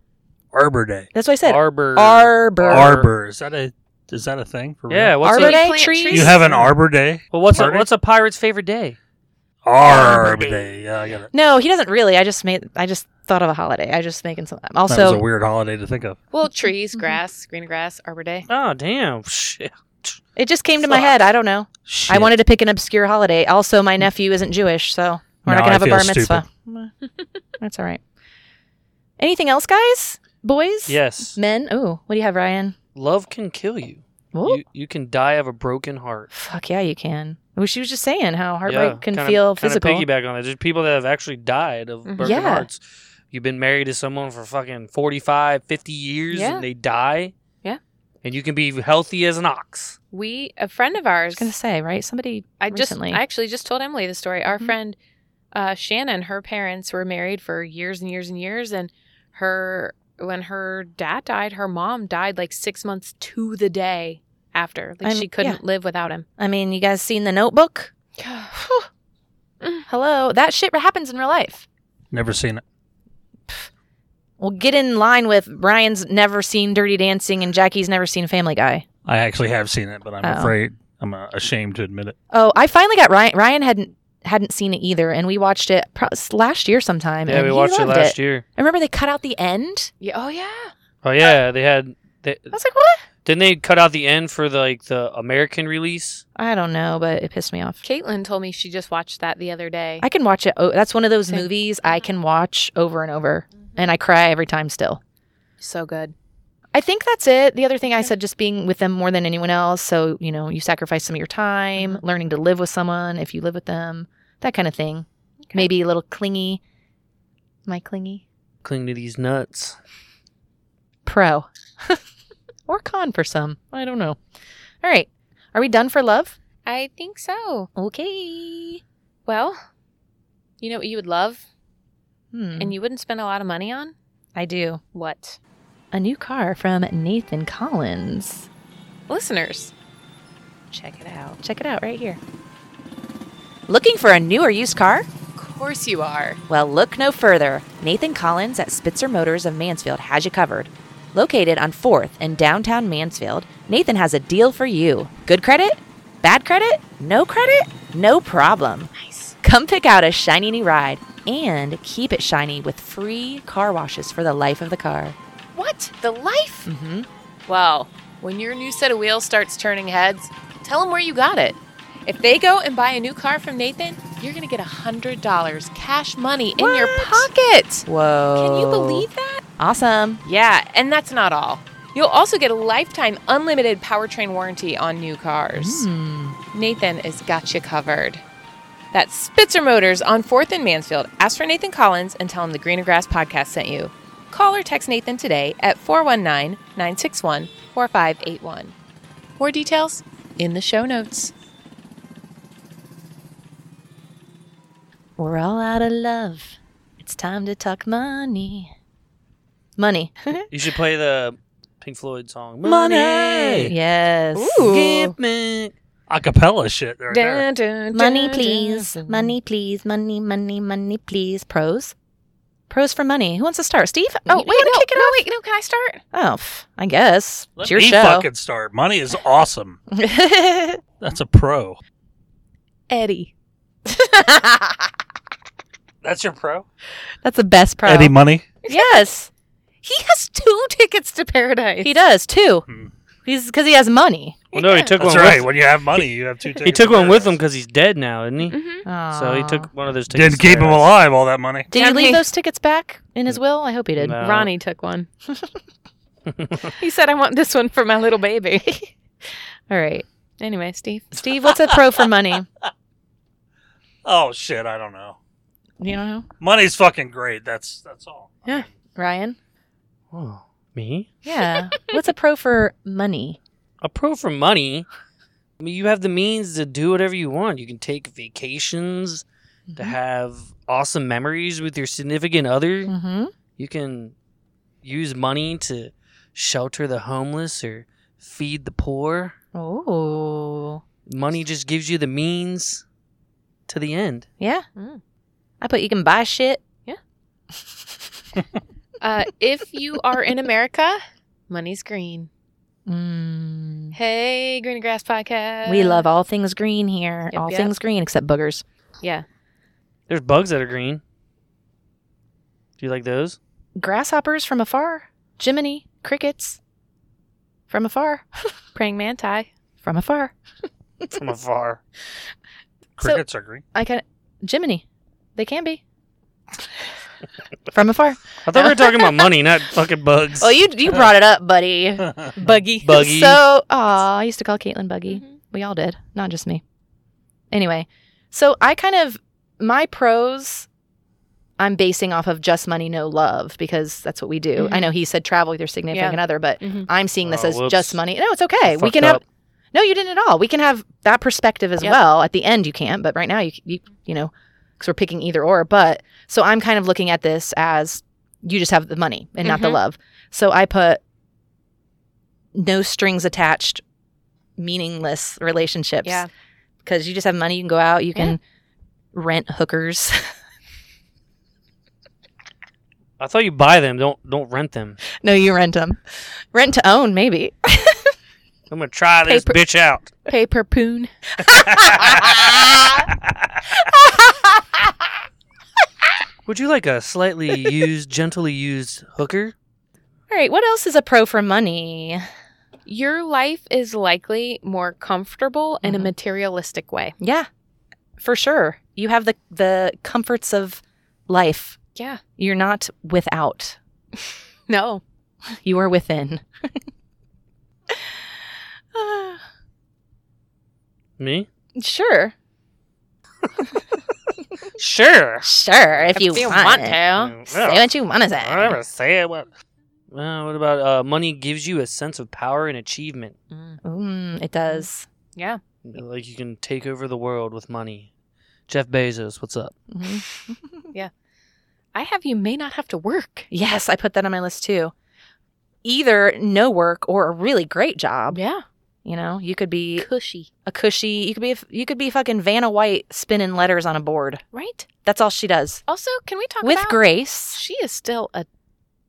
[SPEAKER 5] Arbor Day.
[SPEAKER 2] That's what I <laughs> said.
[SPEAKER 3] Arbor.
[SPEAKER 2] Arbor.
[SPEAKER 5] Arbor. Is that a is that a thing for
[SPEAKER 3] Yeah.
[SPEAKER 5] real?
[SPEAKER 3] What's
[SPEAKER 2] Arbor
[SPEAKER 3] a,
[SPEAKER 4] You
[SPEAKER 2] Day
[SPEAKER 4] plant
[SPEAKER 2] trees.
[SPEAKER 4] trees?
[SPEAKER 5] You have an Arbor Day?
[SPEAKER 3] well, what's a,
[SPEAKER 5] Arbor Day?
[SPEAKER 3] what's a pirate's favorite day?
[SPEAKER 5] Arbor Day. Yeah, I got it.
[SPEAKER 2] no, he doesn't really. I just made. I just thought of a holiday. I just making some.
[SPEAKER 5] That was a
[SPEAKER 2] Also,
[SPEAKER 5] weird holiday to think of.
[SPEAKER 2] <laughs>
[SPEAKER 4] Well,
[SPEAKER 2] Mm-hmm.
[SPEAKER 4] trees, grass, green grass, Arbor Day.
[SPEAKER 3] Oh, damn. Shit.
[SPEAKER 2] it just came to my
[SPEAKER 3] Fuck.
[SPEAKER 2] head. I don't know. I
[SPEAKER 5] Shit.
[SPEAKER 2] wanted to pick an obscure holiday. Also, my nephew isn't Jewish, so we're
[SPEAKER 5] Now
[SPEAKER 2] not gonna
[SPEAKER 5] I
[SPEAKER 2] have a
[SPEAKER 5] feel
[SPEAKER 2] bar mitzvah. That's all right. Anything else, guys? Boys?
[SPEAKER 3] Yes.
[SPEAKER 2] Men? Ooh, what do you have, Ryan?
[SPEAKER 3] Love can kill you.
[SPEAKER 2] Ooh.
[SPEAKER 3] you. You can die of a broken heart.
[SPEAKER 2] Fuck yeah, you can. Well, she was just saying how heartbreak
[SPEAKER 3] Yeah,
[SPEAKER 2] can
[SPEAKER 3] kinda-
[SPEAKER 2] feel
[SPEAKER 3] kinda
[SPEAKER 2] physical. Mm-hmm.
[SPEAKER 3] piggyback on that. There's people that have actually died of
[SPEAKER 4] Mhm.
[SPEAKER 3] broken
[SPEAKER 2] Yeah.
[SPEAKER 3] hearts. You've been married to someone for fucking 45, 50 years
[SPEAKER 4] Yeah.
[SPEAKER 3] and they die.
[SPEAKER 4] Yeah.
[SPEAKER 3] And you can be healthy as an ox.
[SPEAKER 4] We, a friend of
[SPEAKER 2] I was
[SPEAKER 4] ours,
[SPEAKER 2] gonna say, right? Somebody
[SPEAKER 4] I just
[SPEAKER 2] recently.
[SPEAKER 4] I actually just told Emily the story. Our
[SPEAKER 2] Mhm.
[SPEAKER 4] friend uh, Shannon, her parents were married for years and years and years, and her when her dad died, her mom died like six months to the day after. Like
[SPEAKER 2] I'm-
[SPEAKER 4] she couldn't live without
[SPEAKER 2] <sighs>
[SPEAKER 4] him.
[SPEAKER 2] I mean, you guys seen the notebook? Hello. That shit happens in real life.
[SPEAKER 5] Never seen it.
[SPEAKER 2] Well, get in line with Brian's never seen Dirty Dancing and Jackie's never seen Family Guy.
[SPEAKER 5] I actually have seen it, but I'm
[SPEAKER 2] Oh.
[SPEAKER 5] afraid I'm uh, ashamed to admit it.
[SPEAKER 2] Oh, I finally got Ryan. Ryan hadn't hadn't seen it either, and we watched it pro- last year sometime.
[SPEAKER 3] yeah,
[SPEAKER 2] and
[SPEAKER 3] we
[SPEAKER 2] he
[SPEAKER 3] watched it
[SPEAKER 2] loved
[SPEAKER 3] last year.
[SPEAKER 2] I remember they cut out the end.
[SPEAKER 4] Yeah. Oh yeah.
[SPEAKER 3] Oh yeah, they had they,
[SPEAKER 2] I was like, what?
[SPEAKER 3] didn't they cut out the end for the, like the American release?
[SPEAKER 2] I don't know, but it pissed me off.
[SPEAKER 4] Caitlin told me she just watched that the other day.
[SPEAKER 2] I can watch it. Oh, that's one of those
[SPEAKER 4] Same.
[SPEAKER 2] movies I can watch over and over, and I cry every time still.
[SPEAKER 4] so good.
[SPEAKER 2] I think that's it. The other thing I said, just being with them more than anyone else. So, you know, you sacrifice some of your time, learning to live with someone if you live with them, that kind of thing. Maybe a little clingy. Am I clingy?
[SPEAKER 3] Cling to these nuts.
[SPEAKER 2] Pro. <laughs> or con for some. I don't know. All right. Are we done for love?
[SPEAKER 4] I think so.
[SPEAKER 2] Okay.
[SPEAKER 4] Well, you know what you would love
[SPEAKER 2] Hmm,
[SPEAKER 4] and you wouldn't spend a lot of money on?
[SPEAKER 2] I do.
[SPEAKER 4] What?
[SPEAKER 2] A new car from Nathan Collins.
[SPEAKER 4] Listeners, check it out.
[SPEAKER 2] Check it out right here. Looking for a new or used car?
[SPEAKER 4] Of course you are.
[SPEAKER 2] Well, look no further. Nathan Collins at Spitzer Motors of Mansfield has you covered. Located on 4th in downtown Mansfield, Nathan has a deal for you. Good credit? Bad credit? No credit? No problem. Nice. Come pick out a shiny new ride and keep it shiny with free car washes for the life of the car.
[SPEAKER 4] What? The life?
[SPEAKER 2] Mm-hmm.
[SPEAKER 4] Well, when your new set of wheels starts turning heads, tell them where you got it. If they go and buy a new car from Nathan, you're going to get $100 cash money in your
[SPEAKER 2] What?
[SPEAKER 4] pocket.
[SPEAKER 2] Whoa.
[SPEAKER 4] Can you believe that?
[SPEAKER 2] Awesome.
[SPEAKER 4] Yeah, and that's not all. You'll also get a lifetime unlimited powertrain warranty on new cars. Nathan has got you covered. That's Spitzer Motors on 4th and Mansfield. Ask for Nathan Collins and tell him the Greener Grass podcast sent you. Call or text Nathan today at 419 961 4581. More details in the show notes.
[SPEAKER 2] We're all out of love. It's time to talk money. Money. <laughs>
[SPEAKER 3] You should play the Pink Floyd song.
[SPEAKER 2] Money!
[SPEAKER 3] Money.
[SPEAKER 2] Yes.
[SPEAKER 4] Ooh.
[SPEAKER 3] Give me.
[SPEAKER 5] Acapella shit right there.
[SPEAKER 2] Money, please. Money, please. Money, money, money, please. Pros. Pros for money. Who wants to start? Steve? Oh, wait,
[SPEAKER 4] no,
[SPEAKER 2] I'm kicking
[SPEAKER 4] no,
[SPEAKER 2] off.
[SPEAKER 4] wait, no, can I start?
[SPEAKER 2] Oh, pff, I guess.
[SPEAKER 5] Let
[SPEAKER 2] it's your
[SPEAKER 5] me
[SPEAKER 2] show.
[SPEAKER 5] fucking start. Money is awesome.
[SPEAKER 2] <laughs>
[SPEAKER 5] That's a pro.
[SPEAKER 4] Eddie.
[SPEAKER 5] That's your pro?
[SPEAKER 2] That's the best pro.
[SPEAKER 5] Eddie Money.
[SPEAKER 2] Yes.
[SPEAKER 4] He has two <laughs> tickets to paradise.
[SPEAKER 2] He does too.
[SPEAKER 5] Hmm.
[SPEAKER 2] He's because he has money.
[SPEAKER 3] Well, no, he
[SPEAKER 4] Yeah.
[SPEAKER 3] took
[SPEAKER 5] That's
[SPEAKER 3] one.
[SPEAKER 5] right.
[SPEAKER 3] With,
[SPEAKER 5] When you have money, you have two
[SPEAKER 3] he
[SPEAKER 5] tickets
[SPEAKER 3] took
[SPEAKER 5] to
[SPEAKER 3] one with him
[SPEAKER 5] paradise.
[SPEAKER 3] because he's dead now, isn't he?
[SPEAKER 4] Mhm.
[SPEAKER 3] So he
[SPEAKER 2] Mm-hmm. Aw.
[SPEAKER 3] took one of those tickets.
[SPEAKER 5] Didn't keep him alive, all that money.
[SPEAKER 2] Did he
[SPEAKER 4] Damn
[SPEAKER 2] leave
[SPEAKER 4] me.
[SPEAKER 2] those tickets back in his will? I hope he did.
[SPEAKER 3] No.
[SPEAKER 4] Ronnie took one. <laughs> he said, I want this one for my little baby. <laughs>
[SPEAKER 2] All right,
[SPEAKER 4] anyway, Steve.
[SPEAKER 2] Steve. What's a pro for money? <laughs>
[SPEAKER 5] Oh, shit. I don't know.
[SPEAKER 2] You don't know,
[SPEAKER 5] Money's fucking great. That's that's all.
[SPEAKER 4] Yeah.
[SPEAKER 2] Ryan.
[SPEAKER 3] Oh, me?
[SPEAKER 2] Yeah. What's a pro for money?
[SPEAKER 3] A pro for money. I mean, you have the means to do whatever you want. You can take vacations, to
[SPEAKER 2] Mm-hmm.
[SPEAKER 3] have awesome memories with your significant other.
[SPEAKER 2] Mm-hmm.
[SPEAKER 3] You can use money to shelter the homeless or feed the poor.
[SPEAKER 2] Oh,
[SPEAKER 3] Money just gives you the means to the end.
[SPEAKER 2] yeah.
[SPEAKER 4] Mm.
[SPEAKER 2] I put you can buy shit.
[SPEAKER 4] Uh, if you are in America, money's green.
[SPEAKER 2] <laughs> Mm.
[SPEAKER 4] Hey, Green and Grass Podcast.
[SPEAKER 2] We love all things green here.
[SPEAKER 4] Yep,
[SPEAKER 2] all
[SPEAKER 4] yep.
[SPEAKER 2] things green except boogers.
[SPEAKER 4] Yeah.
[SPEAKER 3] There's bugs that are green. Do you like those?
[SPEAKER 2] Grasshoppers from afar. Jiminy crickets from afar. <laughs>
[SPEAKER 4] Praying manti.
[SPEAKER 2] From afar. <laughs>
[SPEAKER 3] From afar.
[SPEAKER 2] So-
[SPEAKER 5] Crickets are
[SPEAKER 2] <laughs>
[SPEAKER 5] green.
[SPEAKER 2] I can Jiminy. They can be. <laughs> From afar.
[SPEAKER 3] I thought we were talking about money, not fucking bugs.
[SPEAKER 2] Well, you you brought it up, buddy. Buggy. <laughs>
[SPEAKER 3] Buggy.
[SPEAKER 2] So, aw, I used to call Caitlin Buggy.
[SPEAKER 4] Mhm.
[SPEAKER 2] We all did, not just me. Anyway, so I kind of my pros I'm basing off of just money, no love because that's what we do. I
[SPEAKER 4] Mhm.
[SPEAKER 2] know he said travel with your significant other, but
[SPEAKER 4] Mhm.
[SPEAKER 2] I'm seeing this
[SPEAKER 3] Oh,
[SPEAKER 2] as
[SPEAKER 3] whoops.
[SPEAKER 2] just money. No, it's okay. We
[SPEAKER 3] Fucked
[SPEAKER 2] can have
[SPEAKER 3] up.
[SPEAKER 2] no, you didn't at all. We can have that perspective as
[SPEAKER 4] Yep.
[SPEAKER 2] well. At the end, you can't, but right now, you you, you know, because we're picking either or. But so I'm kind of looking at this as you just have the money and not the
[SPEAKER 4] Mhm.
[SPEAKER 2] love. So I put no strings attached, meaningless relationships.
[SPEAKER 4] Yeah.
[SPEAKER 2] because you just have money, you can go out, you can rent hookers. <laughs>
[SPEAKER 3] I thought you buy them. Don't don't rent them.
[SPEAKER 2] no, you rent them, rent to own, maybe.
[SPEAKER 3] I'm gonna try this
[SPEAKER 4] Paper-
[SPEAKER 3] bitch out.
[SPEAKER 4] Paper poon.
[SPEAKER 3] Would you like a slightly <laughs> used, gently used hooker?
[SPEAKER 2] all right, what else is a pro for money?
[SPEAKER 4] Your life is likely more comfortable in a
[SPEAKER 2] Mhm.
[SPEAKER 4] materialistic way.
[SPEAKER 2] Yeah, for sure. You have the the comforts of life.
[SPEAKER 4] Yeah.
[SPEAKER 2] You're not <laughs> without.
[SPEAKER 4] No.
[SPEAKER 2] You are <sighs> within. <laughs> Uh,
[SPEAKER 3] Me?
[SPEAKER 2] sure,
[SPEAKER 3] Sure.
[SPEAKER 2] sure. If you, want, to,
[SPEAKER 3] to.
[SPEAKER 2] say what you want to say.
[SPEAKER 3] I never say it. What? Uh, what about uh, money gives you a sense of power and achievement?
[SPEAKER 2] Mm, it does.
[SPEAKER 4] Yeah.
[SPEAKER 3] Like you can take over the world with money. Jeff Bezos, what's up?
[SPEAKER 2] Mhm.
[SPEAKER 4] I have you may not have to work.
[SPEAKER 2] yes, I put that on my list too. Either no work or a really great job.
[SPEAKER 4] Yeah.
[SPEAKER 2] You know, you could be
[SPEAKER 4] Cushy.
[SPEAKER 2] a cushy. You could be a, you could be fucking Vanna White spinning letters on a board.
[SPEAKER 4] Right?
[SPEAKER 2] That's all she does
[SPEAKER 4] Also, can we talk
[SPEAKER 2] with
[SPEAKER 4] about
[SPEAKER 2] grace.
[SPEAKER 4] she is still a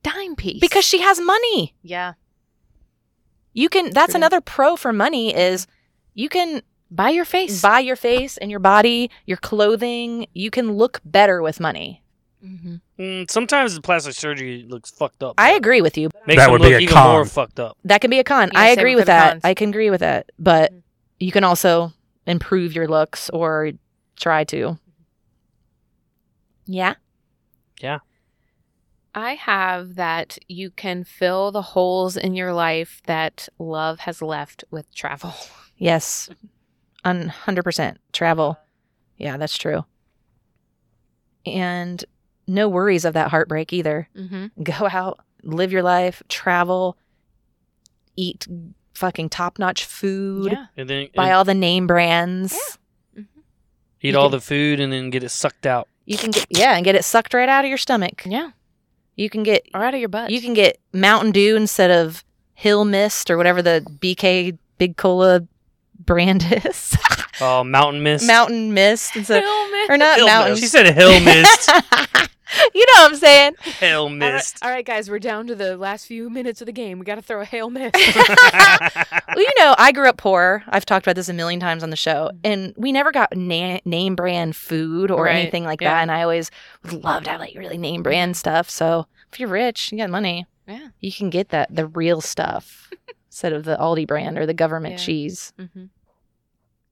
[SPEAKER 4] dime piece.
[SPEAKER 2] because she has money
[SPEAKER 4] Yeah.
[SPEAKER 2] you can that's
[SPEAKER 4] True.
[SPEAKER 2] another pro for money is you can
[SPEAKER 4] By your face.
[SPEAKER 2] buy your face and your body your clothing you can look better with money
[SPEAKER 4] Mhm.
[SPEAKER 3] Mm, sometimes the plastic surgery looks fucked up.
[SPEAKER 2] i agree with you
[SPEAKER 3] Makes
[SPEAKER 5] That
[SPEAKER 3] them
[SPEAKER 5] would be
[SPEAKER 3] look
[SPEAKER 5] a
[SPEAKER 3] even
[SPEAKER 5] con.
[SPEAKER 3] more fucked up.
[SPEAKER 2] that can be a con
[SPEAKER 4] Yeah,
[SPEAKER 2] i
[SPEAKER 4] save
[SPEAKER 2] agree
[SPEAKER 4] it for
[SPEAKER 2] with
[SPEAKER 4] the
[SPEAKER 2] that
[SPEAKER 4] cons.
[SPEAKER 2] i can agree with that but
[SPEAKER 4] Mhm.
[SPEAKER 2] you can also improve your looks or try to Yeah.
[SPEAKER 4] I have that you can fill the holes in your life that love has left with travel. <laughs>
[SPEAKER 2] Yes. Un- 100% travel. Yeah, that's true. And no worries of that heartbreak either. <laughs>
[SPEAKER 4] Mm-hmm.
[SPEAKER 2] Go out, live your life, travel, eat fucking top notch food,
[SPEAKER 4] Yeah.
[SPEAKER 3] And then
[SPEAKER 2] buy
[SPEAKER 3] and
[SPEAKER 2] all the name brands.
[SPEAKER 3] eat
[SPEAKER 2] you
[SPEAKER 3] all
[SPEAKER 2] can-
[SPEAKER 3] the food and then get it sucked out.
[SPEAKER 2] You can get, yeah, and get it sucked right out of your stomach.
[SPEAKER 4] Yeah.
[SPEAKER 2] You can get,
[SPEAKER 4] Or out of your butt.
[SPEAKER 2] you can get Mountain Dew instead of Hill Mist or whatever the BK Big Cola brand <laughs> is.
[SPEAKER 3] Oh, mountain mist.
[SPEAKER 2] Mountain Mist instead
[SPEAKER 4] Film it.
[SPEAKER 2] or not
[SPEAKER 5] Hill
[SPEAKER 2] Mountain
[SPEAKER 5] Mist.
[SPEAKER 3] She said hill mist.
[SPEAKER 2] <laughs> you know what I'm saying? <laughs>
[SPEAKER 3] hill
[SPEAKER 4] All right-
[SPEAKER 3] mist.
[SPEAKER 4] All right, guys, we're down to the last few minutes of the game. We got to throw a hail miss. <laughs>
[SPEAKER 2] Well, you know, I grew up poor. I've talked about this a million times on the show, and we never got na- name brand food or
[SPEAKER 4] Mm-hmm. Right,
[SPEAKER 2] anything like
[SPEAKER 4] yeah.
[SPEAKER 2] that. And I always loved to have like really name brand stuff. So if you're rich, you got money,
[SPEAKER 4] Yeah.
[SPEAKER 2] you can get that the real
[SPEAKER 4] <laughs>
[SPEAKER 2] stuff instead of the Aldi brand or the government
[SPEAKER 4] Yeah.
[SPEAKER 2] cheese.
[SPEAKER 4] mm-hmm.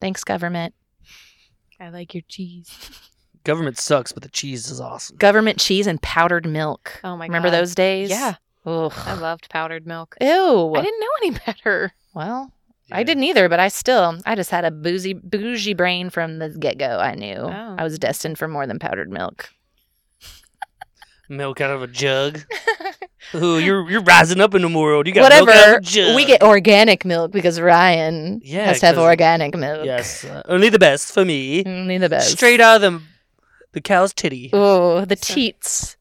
[SPEAKER 2] Thanks, government.
[SPEAKER 4] I like your cheese.
[SPEAKER 3] Government sucks, but the cheese is awesome.
[SPEAKER 2] Government cheese and powdered milk.
[SPEAKER 4] <laughs> Oh my
[SPEAKER 2] Remember
[SPEAKER 4] God.
[SPEAKER 2] those days?
[SPEAKER 4] Yeah.
[SPEAKER 2] Ugh.
[SPEAKER 4] I loved powdered milk.
[SPEAKER 2] Ew.
[SPEAKER 4] I didn't know any better.
[SPEAKER 2] well,
[SPEAKER 3] Yeah.
[SPEAKER 2] I didn't either, but I still, I just had a boozy, bougie brain from the get go. I knew
[SPEAKER 4] Oh.
[SPEAKER 2] I was destined for more than powdered milk.
[SPEAKER 3] Milk out of a jug.
[SPEAKER 2] <laughs>
[SPEAKER 3] Ooh, you're you're rising up in the world. You got milk out of
[SPEAKER 2] Whatever.
[SPEAKER 3] a jug.
[SPEAKER 2] We get organic milk because Ryan
[SPEAKER 3] Yeah,
[SPEAKER 2] has to have
[SPEAKER 3] 'cause-
[SPEAKER 2] organic milk.
[SPEAKER 3] yes, uh, only the best for me.
[SPEAKER 2] Only the best.
[SPEAKER 3] Straight out of the, the cow's titty.
[SPEAKER 2] Oh, the
[SPEAKER 4] So-
[SPEAKER 2] teats.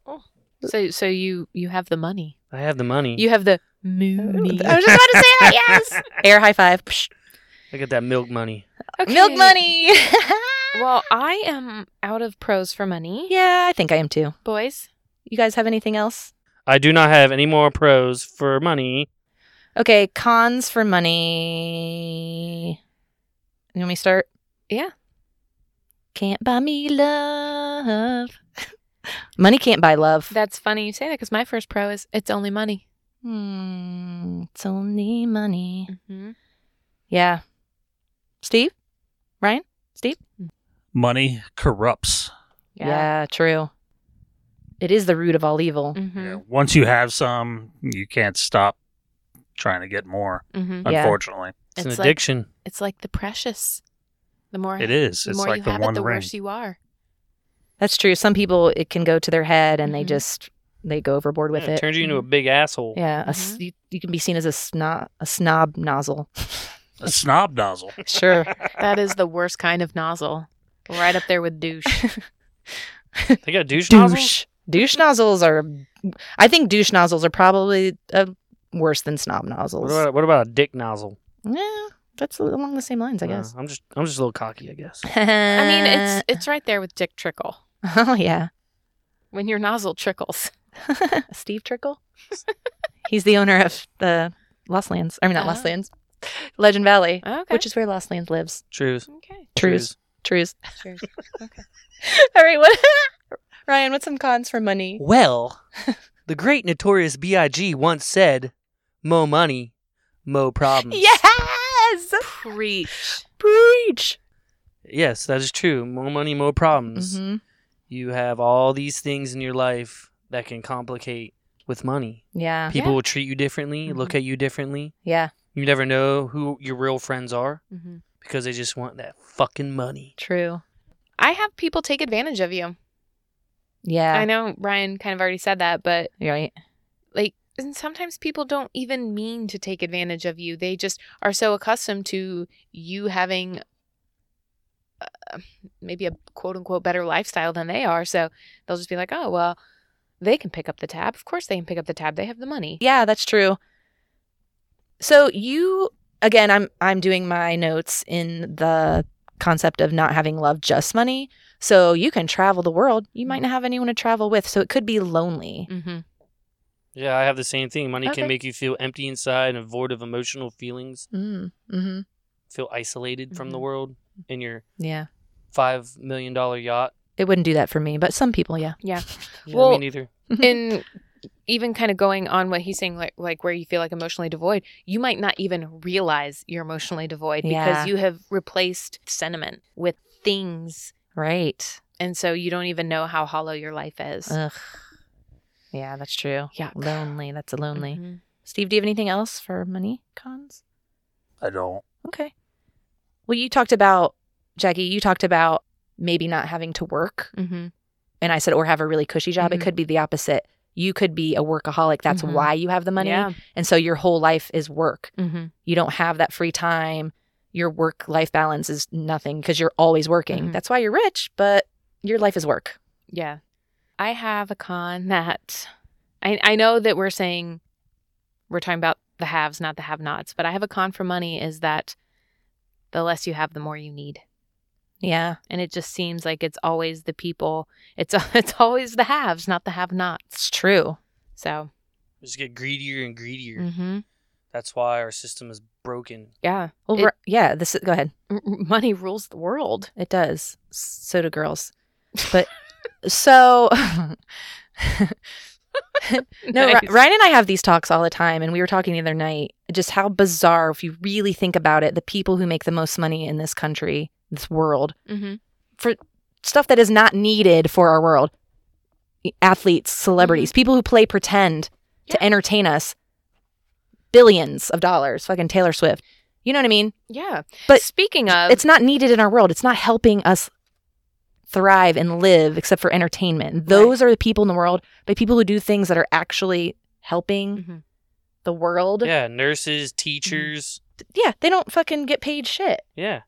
[SPEAKER 4] So, so you you have the money.
[SPEAKER 3] I have the money.
[SPEAKER 4] You have the
[SPEAKER 2] I
[SPEAKER 4] moony.
[SPEAKER 2] was just about to say that. Yes. <laughs> Air high five. Psh.
[SPEAKER 3] I got that milk money.
[SPEAKER 2] Milk
[SPEAKER 4] Okay.
[SPEAKER 2] money. <laughs>
[SPEAKER 4] Well, I am out of pros for money,
[SPEAKER 2] yeah, I think I am too.
[SPEAKER 4] boys.
[SPEAKER 2] You guys have anything else?
[SPEAKER 3] I do not have any more pros for money.
[SPEAKER 2] Okay, cons for money. You want me to start?
[SPEAKER 4] Yeah.
[SPEAKER 2] Can't buy me love. <laughs> money can't buy love.
[SPEAKER 4] That's funny you say that because my first pro is it's only money.
[SPEAKER 2] Hmm, it's only money.
[SPEAKER 4] Mm-hmm.
[SPEAKER 2] Yeah. Steve? Ryan?
[SPEAKER 5] Money corrupts.
[SPEAKER 4] Yeah.
[SPEAKER 2] true. It is the root of all evil.
[SPEAKER 5] Yeah,
[SPEAKER 4] Mm-hmm.
[SPEAKER 5] Once you have some, you can't stop trying to get more.
[SPEAKER 4] Mm-hmm.
[SPEAKER 2] Yeah.
[SPEAKER 5] Unfortunately,
[SPEAKER 3] It's,
[SPEAKER 4] It's
[SPEAKER 3] an
[SPEAKER 4] like-
[SPEAKER 3] addiction.
[SPEAKER 4] It's like the precious. The more
[SPEAKER 5] it is.
[SPEAKER 4] the
[SPEAKER 5] It's
[SPEAKER 4] more you
[SPEAKER 5] like the
[SPEAKER 4] have
[SPEAKER 5] one
[SPEAKER 4] it, the
[SPEAKER 5] ring.
[SPEAKER 4] worse you are.
[SPEAKER 2] That's true. Some people it can go to their head and they
[SPEAKER 4] Mhm.
[SPEAKER 2] just they go overboard with
[SPEAKER 3] Yeah,
[SPEAKER 2] it.
[SPEAKER 3] turns you into a big asshole.
[SPEAKER 2] yeah, a
[SPEAKER 4] Mm-hmm.
[SPEAKER 2] s- you, you can be seen as a snob a snob
[SPEAKER 4] <laughs>
[SPEAKER 2] nozzle.
[SPEAKER 5] A snob nozzle.
[SPEAKER 2] Sure.
[SPEAKER 4] That is the worst kind of nozzle. Right up there with <laughs> douche.
[SPEAKER 3] They got douche,
[SPEAKER 2] <laughs>
[SPEAKER 3] nozzles?
[SPEAKER 2] douche douche nozzles are i think douche nozzles are probably uh, worse than snob nozzles
[SPEAKER 3] What about, what about a dick nozzle?
[SPEAKER 2] yeah that's along the same lines i
[SPEAKER 3] Uh,
[SPEAKER 2] guess <laughs>
[SPEAKER 3] I'm just I'm just a little cocky, I guess.
[SPEAKER 4] I mean, it's it's right there with dick trickle.
[SPEAKER 2] oh yeah
[SPEAKER 4] When your nozzle trickles.
[SPEAKER 2] <laughs> steve trickle <laughs> he's the owner of the lost lands i mean not lost
[SPEAKER 4] Oh.
[SPEAKER 2] lands legend valley
[SPEAKER 4] Uh, Okay.
[SPEAKER 2] which is where lost lands lives
[SPEAKER 3] Truth.
[SPEAKER 4] okay.
[SPEAKER 2] trues trues
[SPEAKER 4] Cheers.
[SPEAKER 2] <laughs> all right what <laughs> ryan what's some cons for money
[SPEAKER 3] Well, the great notorious B.I.G. once said, "Mo money, mo problems."
[SPEAKER 2] yes
[SPEAKER 4] Preach.
[SPEAKER 2] preach
[SPEAKER 3] Yes, that is true. More money, more problems.
[SPEAKER 2] hmm
[SPEAKER 3] You have all these things in your life that can complicate with money.
[SPEAKER 2] yeah
[SPEAKER 3] People will treat you differently, look at you differently.
[SPEAKER 2] yeah
[SPEAKER 3] You never know who your real friends are
[SPEAKER 4] Mm-hmm.
[SPEAKER 3] because they just want that fucking money.
[SPEAKER 2] true
[SPEAKER 4] I have people take advantage of you.
[SPEAKER 2] yeah
[SPEAKER 4] I know Ryan kind of already said that, but
[SPEAKER 2] You're right
[SPEAKER 4] like and sometimes people don't even mean to take advantage of you they just are so accustomed to you having uh, maybe a quote unquote better lifestyle than they are so they'll just be like oh well they can pick up the tab of course they can pick up the tab they have the money
[SPEAKER 2] Yeah, that's true. So you again, I'm I'm doing my notes in the concept of not having love just money. So you can travel the world. You might not have anyone to travel with, so it could be lonely.
[SPEAKER 4] mm-hmm.
[SPEAKER 3] Yeah, I have the same thing. Money
[SPEAKER 4] Okay.
[SPEAKER 3] can make you feel empty inside and void of emotional feelings,
[SPEAKER 2] Mm, hmm
[SPEAKER 3] feel isolated from the
[SPEAKER 4] Mhm.
[SPEAKER 3] world in your
[SPEAKER 2] Yeah,
[SPEAKER 3] $5 million yacht.
[SPEAKER 2] it wouldn't do that for me, but some people, yeah.
[SPEAKER 3] <laughs> Yeah, me
[SPEAKER 4] Well,
[SPEAKER 3] neither.
[SPEAKER 4] and even kind of going on what he's saying like like where you feel like emotionally devoid you might not even realize you're emotionally devoid
[SPEAKER 2] Yeah.
[SPEAKER 4] because you have replaced sentiment with things
[SPEAKER 2] Right.
[SPEAKER 4] And so you don't even know how hollow your life is.
[SPEAKER 2] Ugh. Yeah, that's true.
[SPEAKER 4] Yuck.
[SPEAKER 2] Lonely. That's a lonely.
[SPEAKER 4] Mhm.
[SPEAKER 2] Steve, do you have anything else for money cons?
[SPEAKER 5] I don't.
[SPEAKER 2] Okay. Well, you talked about, Jackie, you talked about maybe not having to work.
[SPEAKER 4] Mhm.
[SPEAKER 2] And I said, or have a really cushy job.
[SPEAKER 4] Mhm.
[SPEAKER 2] It could be the opposite. You could be a workaholic. That's
[SPEAKER 4] Mhm.
[SPEAKER 2] why you have the money. mm-hmm.
[SPEAKER 4] Yeah.
[SPEAKER 2] And so your whole life is work.
[SPEAKER 4] Mhm.
[SPEAKER 2] You don't have that free time. Your work life balance is nothing because you're always working.
[SPEAKER 4] Mhm.
[SPEAKER 2] That's why you're rich, but your life is work.
[SPEAKER 4] Yeah. I have a con that I, I know that we're saying we're talking about the haves, not the have nots, but I have a con for money is that the less you have, the more you need.
[SPEAKER 2] Yeah.
[SPEAKER 4] And it just seems like it's always the people, it's, <laughs> it's always the haves, not the have nots.
[SPEAKER 2] It's true.
[SPEAKER 4] So,
[SPEAKER 3] Just get greedier and greedier.
[SPEAKER 2] Mm.
[SPEAKER 4] mm-hmm.
[SPEAKER 3] That's why our system is broken.
[SPEAKER 4] yeah.
[SPEAKER 2] Well,
[SPEAKER 4] It-
[SPEAKER 2] we're- yeah, this is, go ahead.
[SPEAKER 4] R- money rules the world.
[SPEAKER 2] It does. So do girls. <laughs> But so <laughs> no, Ri-
[SPEAKER 4] <laughs> Nice.
[SPEAKER 2] Ryan and I have these talks all the time, and we were talking the other night just how bizarre, if you really think about it, the people who make the most money in this country, this world,
[SPEAKER 4] Mm-hmm.
[SPEAKER 2] stuff that is not needed for our world, E, athletes, celebrities, people who play pretend to
[SPEAKER 4] Yeah.
[SPEAKER 2] entertain us, billions of dollars, fucking Taylor Swift. You know what I mean?
[SPEAKER 4] Yeah.
[SPEAKER 2] But
[SPEAKER 4] speaking of,
[SPEAKER 2] it's not needed in our world. It's not helping us thrive and live except for entertainment. Those are the people in the world, but people who do things that are actually helping
[SPEAKER 4] Mhm.
[SPEAKER 2] the Mm-hmm. world.
[SPEAKER 3] Yeah, nurses, teachers.
[SPEAKER 2] Yeah, they don't fucking get paid shit.
[SPEAKER 3] Yeah.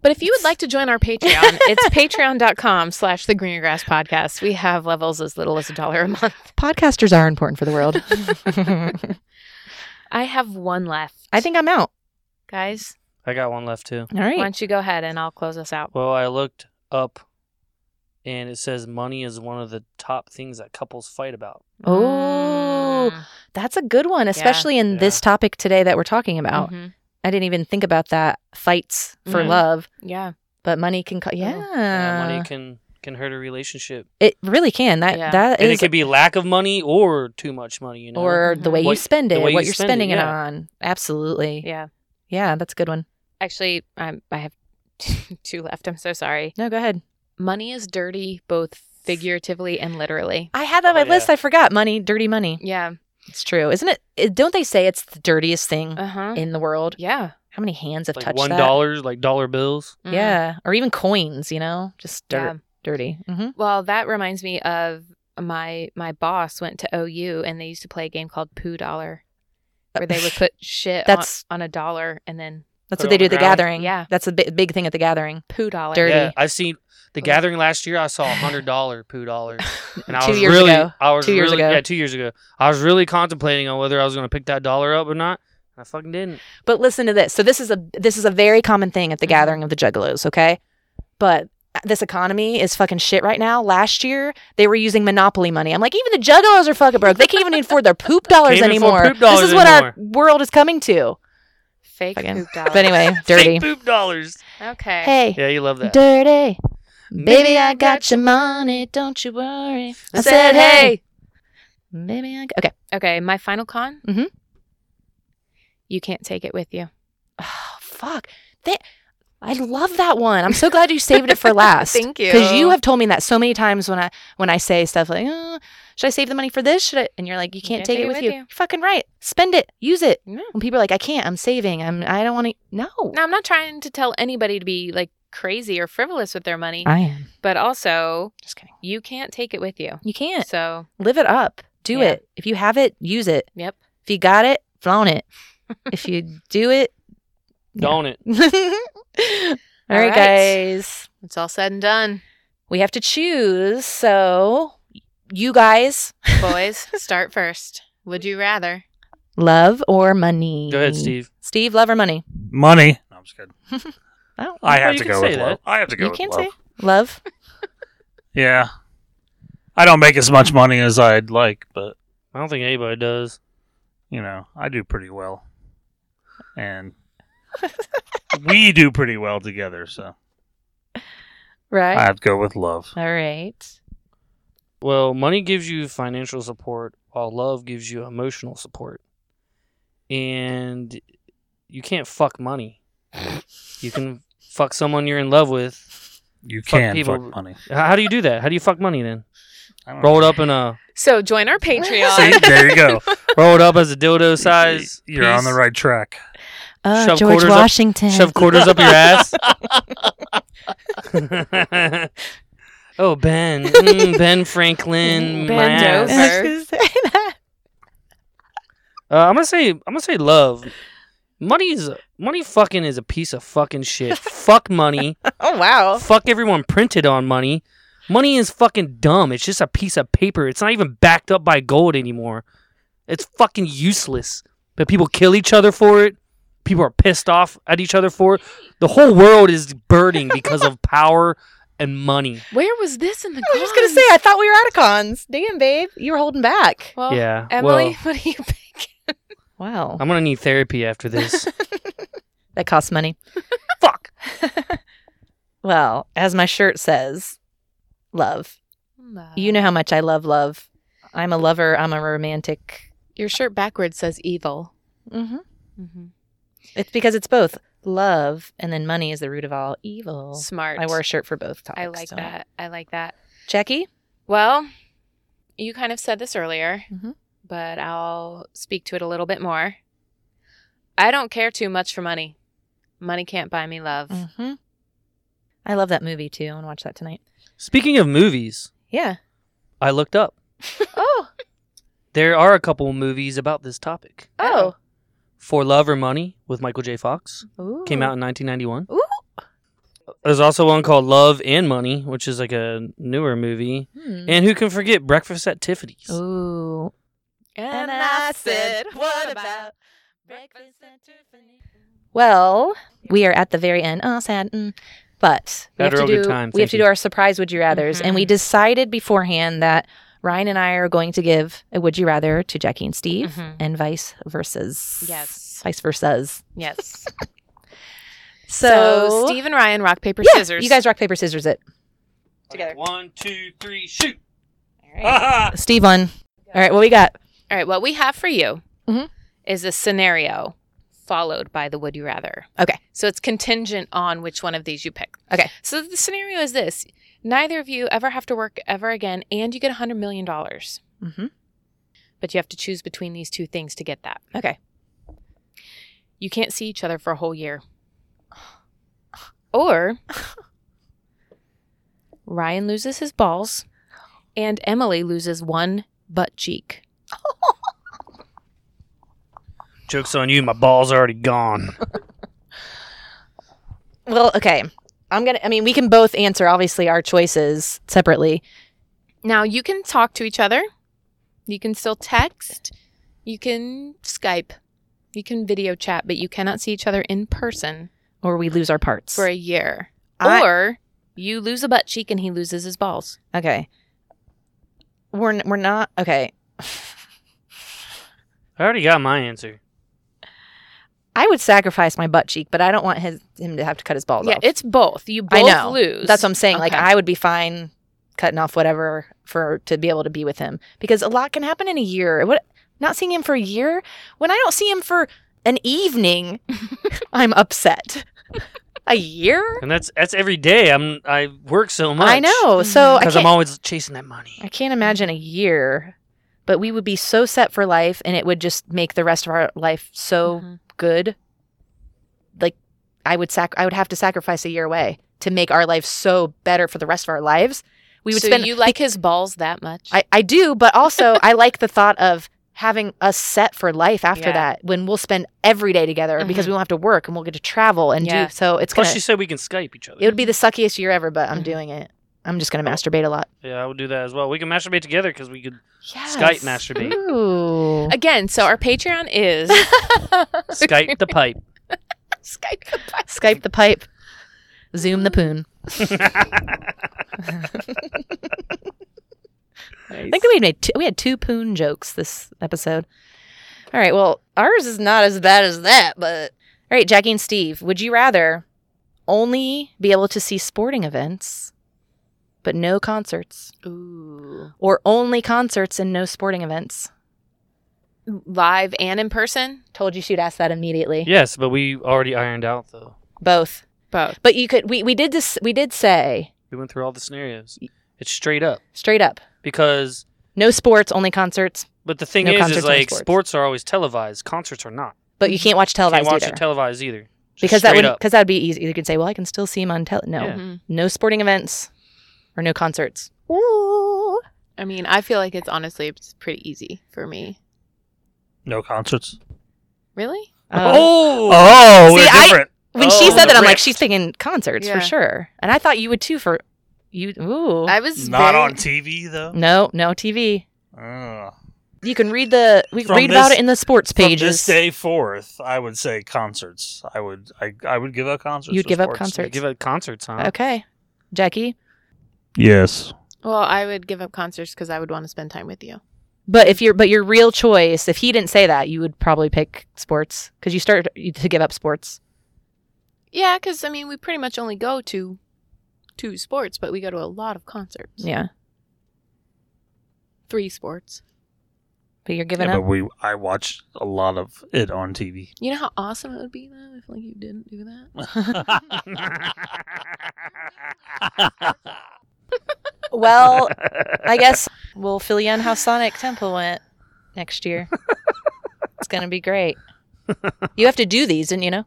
[SPEAKER 4] But if you would like to join our <laughs> Patreon, it's patreon.com slash the Greener Grass Podcast. We have levels as little as a dollar a month.
[SPEAKER 2] Podcasters are important for the world.
[SPEAKER 4] I have one left.
[SPEAKER 2] I think I'm out.
[SPEAKER 4] guys,
[SPEAKER 3] I got one left too.
[SPEAKER 2] All
[SPEAKER 4] why
[SPEAKER 2] right.
[SPEAKER 4] don't you go ahead and I'll close us out.
[SPEAKER 3] Well, I looked up and it says money is one of the top things that couples fight about.
[SPEAKER 2] Oh,
[SPEAKER 4] Mm.
[SPEAKER 2] that's a good one, especially in this topic today that we're talking about.
[SPEAKER 4] Mhm.
[SPEAKER 2] I didn't even think about that. Fights for
[SPEAKER 4] Mhm.
[SPEAKER 2] love,
[SPEAKER 4] yeah,
[SPEAKER 2] but money can. Co- yeah.
[SPEAKER 3] Yeah,
[SPEAKER 2] Uh.
[SPEAKER 3] money can can hurt a relationship.
[SPEAKER 2] it really can. That
[SPEAKER 4] Yeah.
[SPEAKER 2] that
[SPEAKER 3] and
[SPEAKER 2] is
[SPEAKER 3] it could be lack of money or too much money, you know.
[SPEAKER 2] or the way you
[SPEAKER 3] What-
[SPEAKER 2] spend
[SPEAKER 3] the
[SPEAKER 2] it,
[SPEAKER 3] way
[SPEAKER 2] what
[SPEAKER 3] you
[SPEAKER 2] you're
[SPEAKER 3] spend it,
[SPEAKER 2] spending it,
[SPEAKER 3] yeah.
[SPEAKER 2] on. Absolutely. Yeah.
[SPEAKER 4] yeah.
[SPEAKER 2] that's a good one.
[SPEAKER 4] Actually, i I have <laughs> two left. I'm so sorry.
[SPEAKER 2] No, go ahead.
[SPEAKER 4] Money is dirty, both figuratively and literally.
[SPEAKER 2] I had that on
[SPEAKER 3] Oh,
[SPEAKER 2] my
[SPEAKER 3] yeah.
[SPEAKER 2] list. I forgot money, dirty money.
[SPEAKER 4] Yeah.
[SPEAKER 2] It's true, isn't it? it- don't they say it's the dirtiest thing
[SPEAKER 4] Uh huh.
[SPEAKER 2] in the world?
[SPEAKER 4] Yeah.
[SPEAKER 2] How many hands have
[SPEAKER 3] Uh-huh. like
[SPEAKER 2] touched
[SPEAKER 3] one
[SPEAKER 2] that?
[SPEAKER 3] dollar, like dollar bills.
[SPEAKER 4] Mm.
[SPEAKER 2] Yeah, or even coins. You know, just dirt,
[SPEAKER 4] Yeah.
[SPEAKER 2] dirty. hmm
[SPEAKER 4] Well, that reminds me of my my boss went to OU and they used to play a game called Poo Dollar, where they
[SPEAKER 2] <laughs>
[SPEAKER 4] would put shit on-
[SPEAKER 2] That's-
[SPEAKER 4] on, a dollar and then
[SPEAKER 2] That's
[SPEAKER 3] Put
[SPEAKER 2] what
[SPEAKER 3] it
[SPEAKER 2] they do
[SPEAKER 3] on the
[SPEAKER 2] at the
[SPEAKER 3] ground.
[SPEAKER 2] gathering.
[SPEAKER 4] Yeah.
[SPEAKER 2] that's a bi- big thing at the gathering.
[SPEAKER 4] Poo Dollar.
[SPEAKER 2] Dirty.
[SPEAKER 3] Yeah, I've seen the
[SPEAKER 4] Okay.
[SPEAKER 3] gathering last year. I saw a
[SPEAKER 2] <sighs>
[SPEAKER 3] hundred dollar poo dollar, and I
[SPEAKER 2] Two
[SPEAKER 3] was
[SPEAKER 2] years
[SPEAKER 3] really,
[SPEAKER 2] ago.
[SPEAKER 3] I was
[SPEAKER 2] Two years
[SPEAKER 3] really,
[SPEAKER 2] ago.
[SPEAKER 3] yeah, two years ago. I was really contemplating on whether I was going to pick that dollar up or not. and I fucking didn't.
[SPEAKER 2] But listen to this. So this is a this is a very common thing at the
[SPEAKER 3] Mm-hmm.
[SPEAKER 4] Mhm.
[SPEAKER 2] gathering of the juggalos, okay? But this economy is fucking shit right now. Last year they were using monopoly money. I'm like, even the juggalos are fucking broke. They can't even afford their poop dollars
[SPEAKER 3] <laughs> Can't even afford
[SPEAKER 2] anymore.
[SPEAKER 3] poop dollars
[SPEAKER 2] this is what
[SPEAKER 3] anymore.
[SPEAKER 2] our world is coming to.
[SPEAKER 4] Fake
[SPEAKER 2] Fucking- <laughs>
[SPEAKER 4] Poo Dollar.
[SPEAKER 2] But anyway,
[SPEAKER 4] <laughs>
[SPEAKER 2] dirty.
[SPEAKER 3] Fake poop dollars.
[SPEAKER 4] okay.
[SPEAKER 2] Hey,
[SPEAKER 3] Yeah, you love that.
[SPEAKER 2] dirty. Baby, I got your money. Don't you worry. I said, hey. Baby, I got. Okay.
[SPEAKER 4] Okay, my final con.
[SPEAKER 2] Mhm.
[SPEAKER 4] You can't take it with you.
[SPEAKER 2] Oh, <sighs> fuck. They, I love that one. I'm so glad you saved <laughs> it for last.
[SPEAKER 4] Thank you.
[SPEAKER 2] Because you have told me that so many times when I when I say stuff like, "Uh, should I save the money for this? Should I? And you're like, you can't take it with you. You're fucking right. Spend it. Use it.
[SPEAKER 4] Yeah.
[SPEAKER 2] When people are like, I can't. I'm saving. I'm. I don't want to. No.
[SPEAKER 4] Now, I'm not trying to tell anybody to be like crazy or frivolous with their money,
[SPEAKER 2] I am.
[SPEAKER 4] but also
[SPEAKER 2] Just kidding.
[SPEAKER 4] you can't take it with you.
[SPEAKER 2] You can't
[SPEAKER 4] So,
[SPEAKER 2] live it up. Do
[SPEAKER 4] Yeah.
[SPEAKER 2] it. If you have it, use it.
[SPEAKER 4] yep.
[SPEAKER 2] If you got it, flaunt it. if <laughs> you do it,
[SPEAKER 3] Don't it?
[SPEAKER 2] all
[SPEAKER 4] All
[SPEAKER 2] right,
[SPEAKER 4] right.
[SPEAKER 2] guys.
[SPEAKER 4] It's all said and done.
[SPEAKER 2] We have to choose. So, you guys
[SPEAKER 4] Boys, start first. Would you rather?
[SPEAKER 2] Love or money?
[SPEAKER 3] Go ahead, Steve.
[SPEAKER 2] Steve, love or money?
[SPEAKER 5] Money. No, I'm just kidding.
[SPEAKER 2] I don't.
[SPEAKER 5] I
[SPEAKER 3] Well,
[SPEAKER 5] have
[SPEAKER 3] you
[SPEAKER 5] to
[SPEAKER 3] can
[SPEAKER 5] go
[SPEAKER 3] say
[SPEAKER 5] with
[SPEAKER 3] that.
[SPEAKER 5] love. I have to go
[SPEAKER 2] You
[SPEAKER 5] with
[SPEAKER 2] can
[SPEAKER 5] love.
[SPEAKER 2] say love.
[SPEAKER 5] Yeah. I don't make as much money as I'd like, but
[SPEAKER 3] I don't think anybody does.
[SPEAKER 5] you know, I do pretty well.
[SPEAKER 2] <laughs>
[SPEAKER 5] And we do pretty well together, so I
[SPEAKER 2] right.
[SPEAKER 5] have to go with love.
[SPEAKER 2] All right.
[SPEAKER 3] Well, money gives you financial support, while love gives you emotional support. And you can't fuck money. You can fuck someone you're in love with,
[SPEAKER 5] You
[SPEAKER 3] Fuck
[SPEAKER 5] can
[SPEAKER 3] people.
[SPEAKER 5] fuck money.
[SPEAKER 3] How how do you do that? How do you fuck money then?
[SPEAKER 5] I don't
[SPEAKER 3] Roll it up in a
[SPEAKER 4] So join
[SPEAKER 3] <laughs>
[SPEAKER 4] our
[SPEAKER 5] know. See,
[SPEAKER 4] <laughs> Patreon.
[SPEAKER 5] there you go.
[SPEAKER 2] <laughs>
[SPEAKER 3] roll it up as a dildo size.
[SPEAKER 5] You're on the
[SPEAKER 3] piece.
[SPEAKER 5] right track.
[SPEAKER 2] Oh,
[SPEAKER 3] Shove
[SPEAKER 2] George
[SPEAKER 3] quarters up-
[SPEAKER 2] Washington.
[SPEAKER 3] Shove quarters up your ass. <laughs> oh Ben, Mm,
[SPEAKER 2] <laughs>
[SPEAKER 3] Ben Franklin,
[SPEAKER 4] Ben
[SPEAKER 3] my ass.
[SPEAKER 4] Dover.
[SPEAKER 2] I was gonna say that.
[SPEAKER 3] Uh, I'm gonna say I'm gonna say love. Money is money. Fucking is a piece of fucking shit. Fuck money.
[SPEAKER 2] Oh wow.
[SPEAKER 3] Fuck everyone printed on money. Money is fucking dumb. It's just a piece of paper. It's not even backed up by gold anymore. It's fucking useless. But people kill each other for it. People are pissed off at each other for it. The whole world is burning because
[SPEAKER 4] <laughs>
[SPEAKER 3] of power and money.
[SPEAKER 4] Where was this in the?
[SPEAKER 2] I was just gonna say I thought we were out of cons. Damn, babe, you were holding back.
[SPEAKER 4] Well,
[SPEAKER 3] yeah.
[SPEAKER 4] Emily,
[SPEAKER 3] Well,
[SPEAKER 4] what do you think?
[SPEAKER 2] Wow,
[SPEAKER 3] I'm gonna need therapy after
[SPEAKER 4] <laughs>
[SPEAKER 3] this.
[SPEAKER 2] that costs
[SPEAKER 3] <laughs>
[SPEAKER 2] money.
[SPEAKER 3] Fuck.
[SPEAKER 2] <laughs> Well, as my shirt says, love. You know how much I love love. I'm a lover. I'm a romantic.
[SPEAKER 4] your shirt backwards says evil.
[SPEAKER 2] hmm
[SPEAKER 4] Mm-hmm.
[SPEAKER 2] It's because it's both love and then money is the root of all evil.
[SPEAKER 4] Smart.
[SPEAKER 2] I wore a shirt for both topics.
[SPEAKER 4] I like
[SPEAKER 2] so.
[SPEAKER 4] that. I like that.
[SPEAKER 2] Jackie,
[SPEAKER 4] Well, you kind of said this earlier,
[SPEAKER 2] Mhm.
[SPEAKER 4] but I'll speak to it a little bit more. I don't care too much for money. Money can't buy me love.
[SPEAKER 3] Mm-hmm.
[SPEAKER 2] hmm I love that movie too. I want to watch that tonight.
[SPEAKER 3] Speaking of movies,
[SPEAKER 2] Yeah.
[SPEAKER 3] I looked up.
[SPEAKER 2] Oh.
[SPEAKER 3] There are a couple movies about this topic.
[SPEAKER 2] Oh.
[SPEAKER 3] For Love or Money with Michael J. Fox came out in 1991.
[SPEAKER 2] Ooh.
[SPEAKER 3] There's also one called Love and Money, which is like a newer movie.
[SPEAKER 2] Hmm.
[SPEAKER 3] And who can forget Breakfast at Tiffany's?
[SPEAKER 2] Ooh.
[SPEAKER 4] And
[SPEAKER 2] breakfast at Tiffany? Well, we are at the very end. Oh, sad. Mm. But we
[SPEAKER 3] Had a
[SPEAKER 2] have to
[SPEAKER 3] real
[SPEAKER 2] do
[SPEAKER 3] good time.
[SPEAKER 2] we have
[SPEAKER 3] Thank
[SPEAKER 2] to
[SPEAKER 3] you.
[SPEAKER 2] do our surprise would you rather's, and we decided beforehand that Ryan and I are going to give a would you rather to Jackie and Steve,
[SPEAKER 4] Mhm.
[SPEAKER 2] and vice versa's.
[SPEAKER 4] Yes.
[SPEAKER 2] vice versa's.
[SPEAKER 4] Yes.
[SPEAKER 2] So,
[SPEAKER 4] so, Steve and Ryan rock paper
[SPEAKER 2] yeah,
[SPEAKER 4] scissors.
[SPEAKER 2] you guys rock paper scissors it.
[SPEAKER 3] Okay, One, two, three, shoot!
[SPEAKER 4] All right.
[SPEAKER 2] Steve on. All right, what we got?
[SPEAKER 4] All right, what we have for you
[SPEAKER 2] Mhm.
[SPEAKER 4] is a scenario followed by the would you rather.
[SPEAKER 2] Okay.
[SPEAKER 4] So it's contingent on which one of these you pick.
[SPEAKER 2] Okay.
[SPEAKER 4] So the scenario is this neither of you ever have to work ever again, and you get $100 million, but
[SPEAKER 2] Mm-hmm.
[SPEAKER 4] you have to choose between these two things to get that.
[SPEAKER 2] Okay.
[SPEAKER 4] You can't see each other for a whole year.
[SPEAKER 2] <laughs>
[SPEAKER 4] Or Ryan loses his balls, and Emily loses one butt cheek.
[SPEAKER 3] Joke's on you, my ball's
[SPEAKER 2] <laughs>
[SPEAKER 3] already gone.
[SPEAKER 2] Well, okay. I'm gonna. I mean, we can both answer obviously our choices separately.
[SPEAKER 4] Now you can talk to each other. You can still text. You can Skype. You can video chat, but you cannot see each other in person
[SPEAKER 2] or we lose our parts.
[SPEAKER 4] for a year.
[SPEAKER 2] I-
[SPEAKER 4] or you lose a butt cheek and he loses his balls.
[SPEAKER 2] Okay. We're n- we're not okay. <laughs>
[SPEAKER 3] I already got my answer.
[SPEAKER 2] I would sacrifice my butt cheek, but I don't want his him to have to cut his balls
[SPEAKER 4] yeah,
[SPEAKER 2] off.
[SPEAKER 4] it's both. You both
[SPEAKER 2] I know.
[SPEAKER 4] lose.
[SPEAKER 2] That's what I'm saying. Like
[SPEAKER 4] Okay.
[SPEAKER 2] I would be fine cutting off whatever for to be able to be with him because a lot can happen in a year. What not seeing him for a year when I don't see him for an
[SPEAKER 4] <laughs>
[SPEAKER 2] evening, I'm upset. <laughs> a year?
[SPEAKER 3] And that's that's every day. I'm I work so much.
[SPEAKER 2] I
[SPEAKER 4] Mm-hmm.
[SPEAKER 2] know. So I
[SPEAKER 3] Because I'm
[SPEAKER 2] can't,
[SPEAKER 3] always chasing that money.
[SPEAKER 2] I can't imagine a year, but we would be so set for life, and it would just make the rest of our life so
[SPEAKER 4] Mhm.
[SPEAKER 2] good like i would sac i would have to sacrifice a year away to make our life so better for the rest of our lives we would
[SPEAKER 4] so
[SPEAKER 2] spend
[SPEAKER 4] you like his balls that much?
[SPEAKER 2] <laughs> I, I do but
[SPEAKER 4] <laughs>
[SPEAKER 2] also i like the thought of having us set for life after
[SPEAKER 4] Yeah.
[SPEAKER 2] that when we'll spend every day together because
[SPEAKER 4] Mhm.
[SPEAKER 2] we won't have to work and we'll get to travel and
[SPEAKER 4] Yeah.
[SPEAKER 2] do so it's
[SPEAKER 3] Plus,
[SPEAKER 2] gonna
[SPEAKER 3] she said we can Skype each other.
[SPEAKER 2] it would be the suckiest year ever but i'm
[SPEAKER 4] Mhm.
[SPEAKER 2] doing it i'm just gonna masturbate a lot
[SPEAKER 3] yeah, I would do that as well. We can masturbate together because
[SPEAKER 2] <laughs>
[SPEAKER 3] we could
[SPEAKER 2] yes.
[SPEAKER 3] Skype masturbate.
[SPEAKER 2] Ooh.
[SPEAKER 4] Again, so our Patreon
[SPEAKER 2] <laughs>
[SPEAKER 4] is
[SPEAKER 3] Skype the pipe. <laughs>
[SPEAKER 4] Skype.
[SPEAKER 2] <laughs> skype the pipe zoom the poon I think that we made two, we had two poon jokes this episode. All right, well, ours is not as bad as that, but all right, Jackie and Steve, would you rather only be able to see sporting events but no concerts,
[SPEAKER 4] Ooh.
[SPEAKER 2] or only concerts and no sporting events?
[SPEAKER 4] Live and in person?
[SPEAKER 2] Told you she'd ask that immediately.
[SPEAKER 3] yes, but we already ironed out though.
[SPEAKER 2] Both,
[SPEAKER 4] Both.
[SPEAKER 2] but you could. We we did this. We did say
[SPEAKER 3] We went through all the scenarios. It's straight up
[SPEAKER 2] Straight up.
[SPEAKER 3] because,
[SPEAKER 2] No sports, only concerts.
[SPEAKER 3] but the thing
[SPEAKER 2] No
[SPEAKER 3] is,
[SPEAKER 2] concerts,
[SPEAKER 3] is
[SPEAKER 2] no
[SPEAKER 3] like sports.
[SPEAKER 2] sports.
[SPEAKER 3] are always televised. Concerts are not.
[SPEAKER 2] But you can't watch
[SPEAKER 3] Can't
[SPEAKER 2] televised
[SPEAKER 3] watch
[SPEAKER 2] either.
[SPEAKER 3] it televised either. Just
[SPEAKER 2] because that
[SPEAKER 3] straight
[SPEAKER 2] would
[SPEAKER 3] up.
[SPEAKER 2] because that would be easy. You could say, "Well, I can still see him on tele." No,
[SPEAKER 3] Yeah.
[SPEAKER 4] Mhm.
[SPEAKER 2] no sporting events or no concerts.
[SPEAKER 4] I mean, I feel like it's honestly it's pretty easy for me.
[SPEAKER 5] <laughs> No concerts.
[SPEAKER 4] Really?
[SPEAKER 2] Uh,
[SPEAKER 3] oh,
[SPEAKER 5] Oh,
[SPEAKER 2] See,
[SPEAKER 5] we're
[SPEAKER 2] I-
[SPEAKER 5] different.
[SPEAKER 2] when she
[SPEAKER 3] oh,
[SPEAKER 2] said that, I'm like,
[SPEAKER 3] ripped.
[SPEAKER 2] she's thinking concerts
[SPEAKER 4] Yeah.
[SPEAKER 2] for sure, and I thought you would too. For you, ooh,
[SPEAKER 4] I was
[SPEAKER 5] Not
[SPEAKER 4] very-
[SPEAKER 5] on TV though.
[SPEAKER 2] no, no TV.
[SPEAKER 5] Ugh.
[SPEAKER 2] You can read the we can
[SPEAKER 5] From
[SPEAKER 2] read about
[SPEAKER 5] this-
[SPEAKER 2] it in the sports
[SPEAKER 5] From this
[SPEAKER 2] Mm. pages.
[SPEAKER 5] day forth, I would say concerts. I would I, I would give up concerts.
[SPEAKER 2] You'd
[SPEAKER 5] for
[SPEAKER 2] give up
[SPEAKER 5] sports.
[SPEAKER 2] concerts.
[SPEAKER 3] give it concerts, huh?
[SPEAKER 2] Okay, Jackie.
[SPEAKER 5] Yes.
[SPEAKER 4] Well, I would give up concerts because I would want to spend time with you.
[SPEAKER 2] But if your but your real choice, if he didn't say that, you would probably pick sports because you started to give up sports.
[SPEAKER 4] Yeah, because I mean, we pretty much only go to two sports, but we go to a lot of concerts.
[SPEAKER 2] Yeah,
[SPEAKER 4] Three sports.
[SPEAKER 2] but you're
[SPEAKER 5] Yeah,
[SPEAKER 2] giving
[SPEAKER 5] but
[SPEAKER 2] up.
[SPEAKER 5] we I watched a lot of it on TV.
[SPEAKER 4] You know how awesome it would be though if like you didn't do that.
[SPEAKER 3] <laughs>
[SPEAKER 5] <laughs>
[SPEAKER 2] Well, I guess we'll fill you on how Sonic Temple went next year. it's gonna be great. You have to do these, and you know.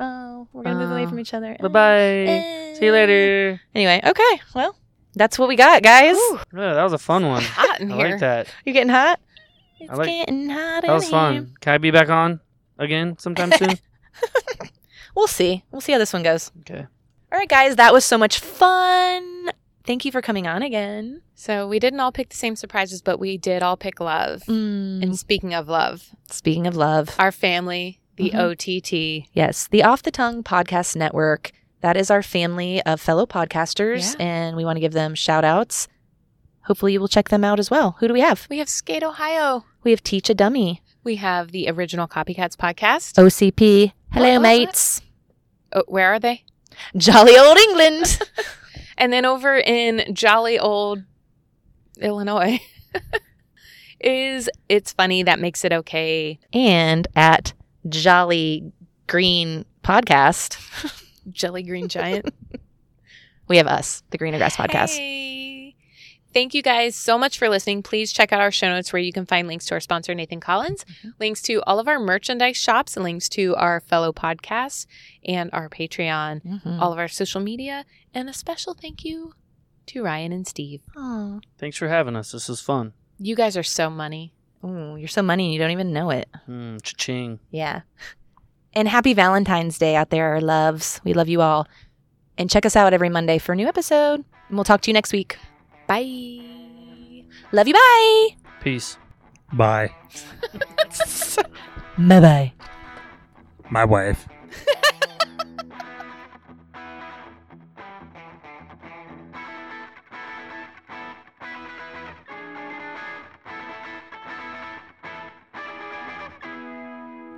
[SPEAKER 2] Oh, we're gonna move away
[SPEAKER 4] Oh.
[SPEAKER 2] from each other.
[SPEAKER 3] Bye bye. See you later.
[SPEAKER 2] Anyway, okay. Well, that's what we got, guys.
[SPEAKER 4] Ooh,
[SPEAKER 3] Yeah, that was a fun one.
[SPEAKER 4] hot in
[SPEAKER 3] I
[SPEAKER 4] here.
[SPEAKER 3] like that.
[SPEAKER 2] You're getting hot. It's
[SPEAKER 3] like-
[SPEAKER 2] getting hot.
[SPEAKER 3] That was
[SPEAKER 2] in here.
[SPEAKER 3] fun. Can I be back on
[SPEAKER 2] <laughs>
[SPEAKER 3] again sometime soon?
[SPEAKER 2] We'll see. We'll see how this one goes.
[SPEAKER 3] Okay.
[SPEAKER 2] All right, guys. That was so much fun. Thank you for coming on again.
[SPEAKER 4] So we didn't all pick the same surprises, but we did all pick love.
[SPEAKER 3] Mm-hmm.
[SPEAKER 2] And
[SPEAKER 4] And speaking of love,
[SPEAKER 2] speaking of love,
[SPEAKER 4] our family, the
[SPEAKER 3] Mm-hmm.
[SPEAKER 2] Mhm.
[SPEAKER 4] OTT.
[SPEAKER 2] Yes, the Off the Tongue Podcast Network. That is our family of fellow podcasters,
[SPEAKER 4] Yeah.
[SPEAKER 2] and we want to give them shout outs. Hopefully, you will check them out as well. Who do we have?
[SPEAKER 4] We have Skate Ohio.
[SPEAKER 2] We have Teach a Dummy,
[SPEAKER 4] We have the original Copycats podcast.
[SPEAKER 3] Oh.
[SPEAKER 2] OCP, Hello
[SPEAKER 4] What?
[SPEAKER 2] Mates,
[SPEAKER 4] Oh, where are they?
[SPEAKER 2] Jolly Old England,
[SPEAKER 4] And then over in jolly old Illinois <laughs> is It's Funny That Makes It Okay.
[SPEAKER 2] and at Jolly Green Podcast,
[SPEAKER 4] Jelly Green Giant
[SPEAKER 2] <laughs> we have us, the Greener Grass Podcast.
[SPEAKER 4] Hey. Thank you guys so much for listening. Please check out our show notes where you can find links to our sponsor, Nathan Collins, links to all of our merchandise shops, and links to our fellow podcasts and our Patreon.
[SPEAKER 2] Mhm.
[SPEAKER 4] all of our social media, and a special thank you to Ryan and Steve.
[SPEAKER 2] Aw.
[SPEAKER 3] Thanks for having us. This is fun.
[SPEAKER 4] You guys are so money.
[SPEAKER 2] Ooh, you're so money and you don't even know it.
[SPEAKER 3] Mm, cha-ching.
[SPEAKER 2] Yeah. And happy Valentine's Day out there, our loves. We love you all. And check us out every Monday for a new episode. And we'll talk to you next week.
[SPEAKER 4] Bye.
[SPEAKER 2] Love you. Bye.
[SPEAKER 3] Peace.
[SPEAKER 5] Bye.
[SPEAKER 2] Bye bye.
[SPEAKER 5] My wife.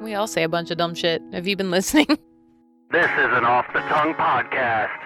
[SPEAKER 4] We all say a bunch of dumb shit. Have you been listening?
[SPEAKER 1] This is an off the tongue podcast.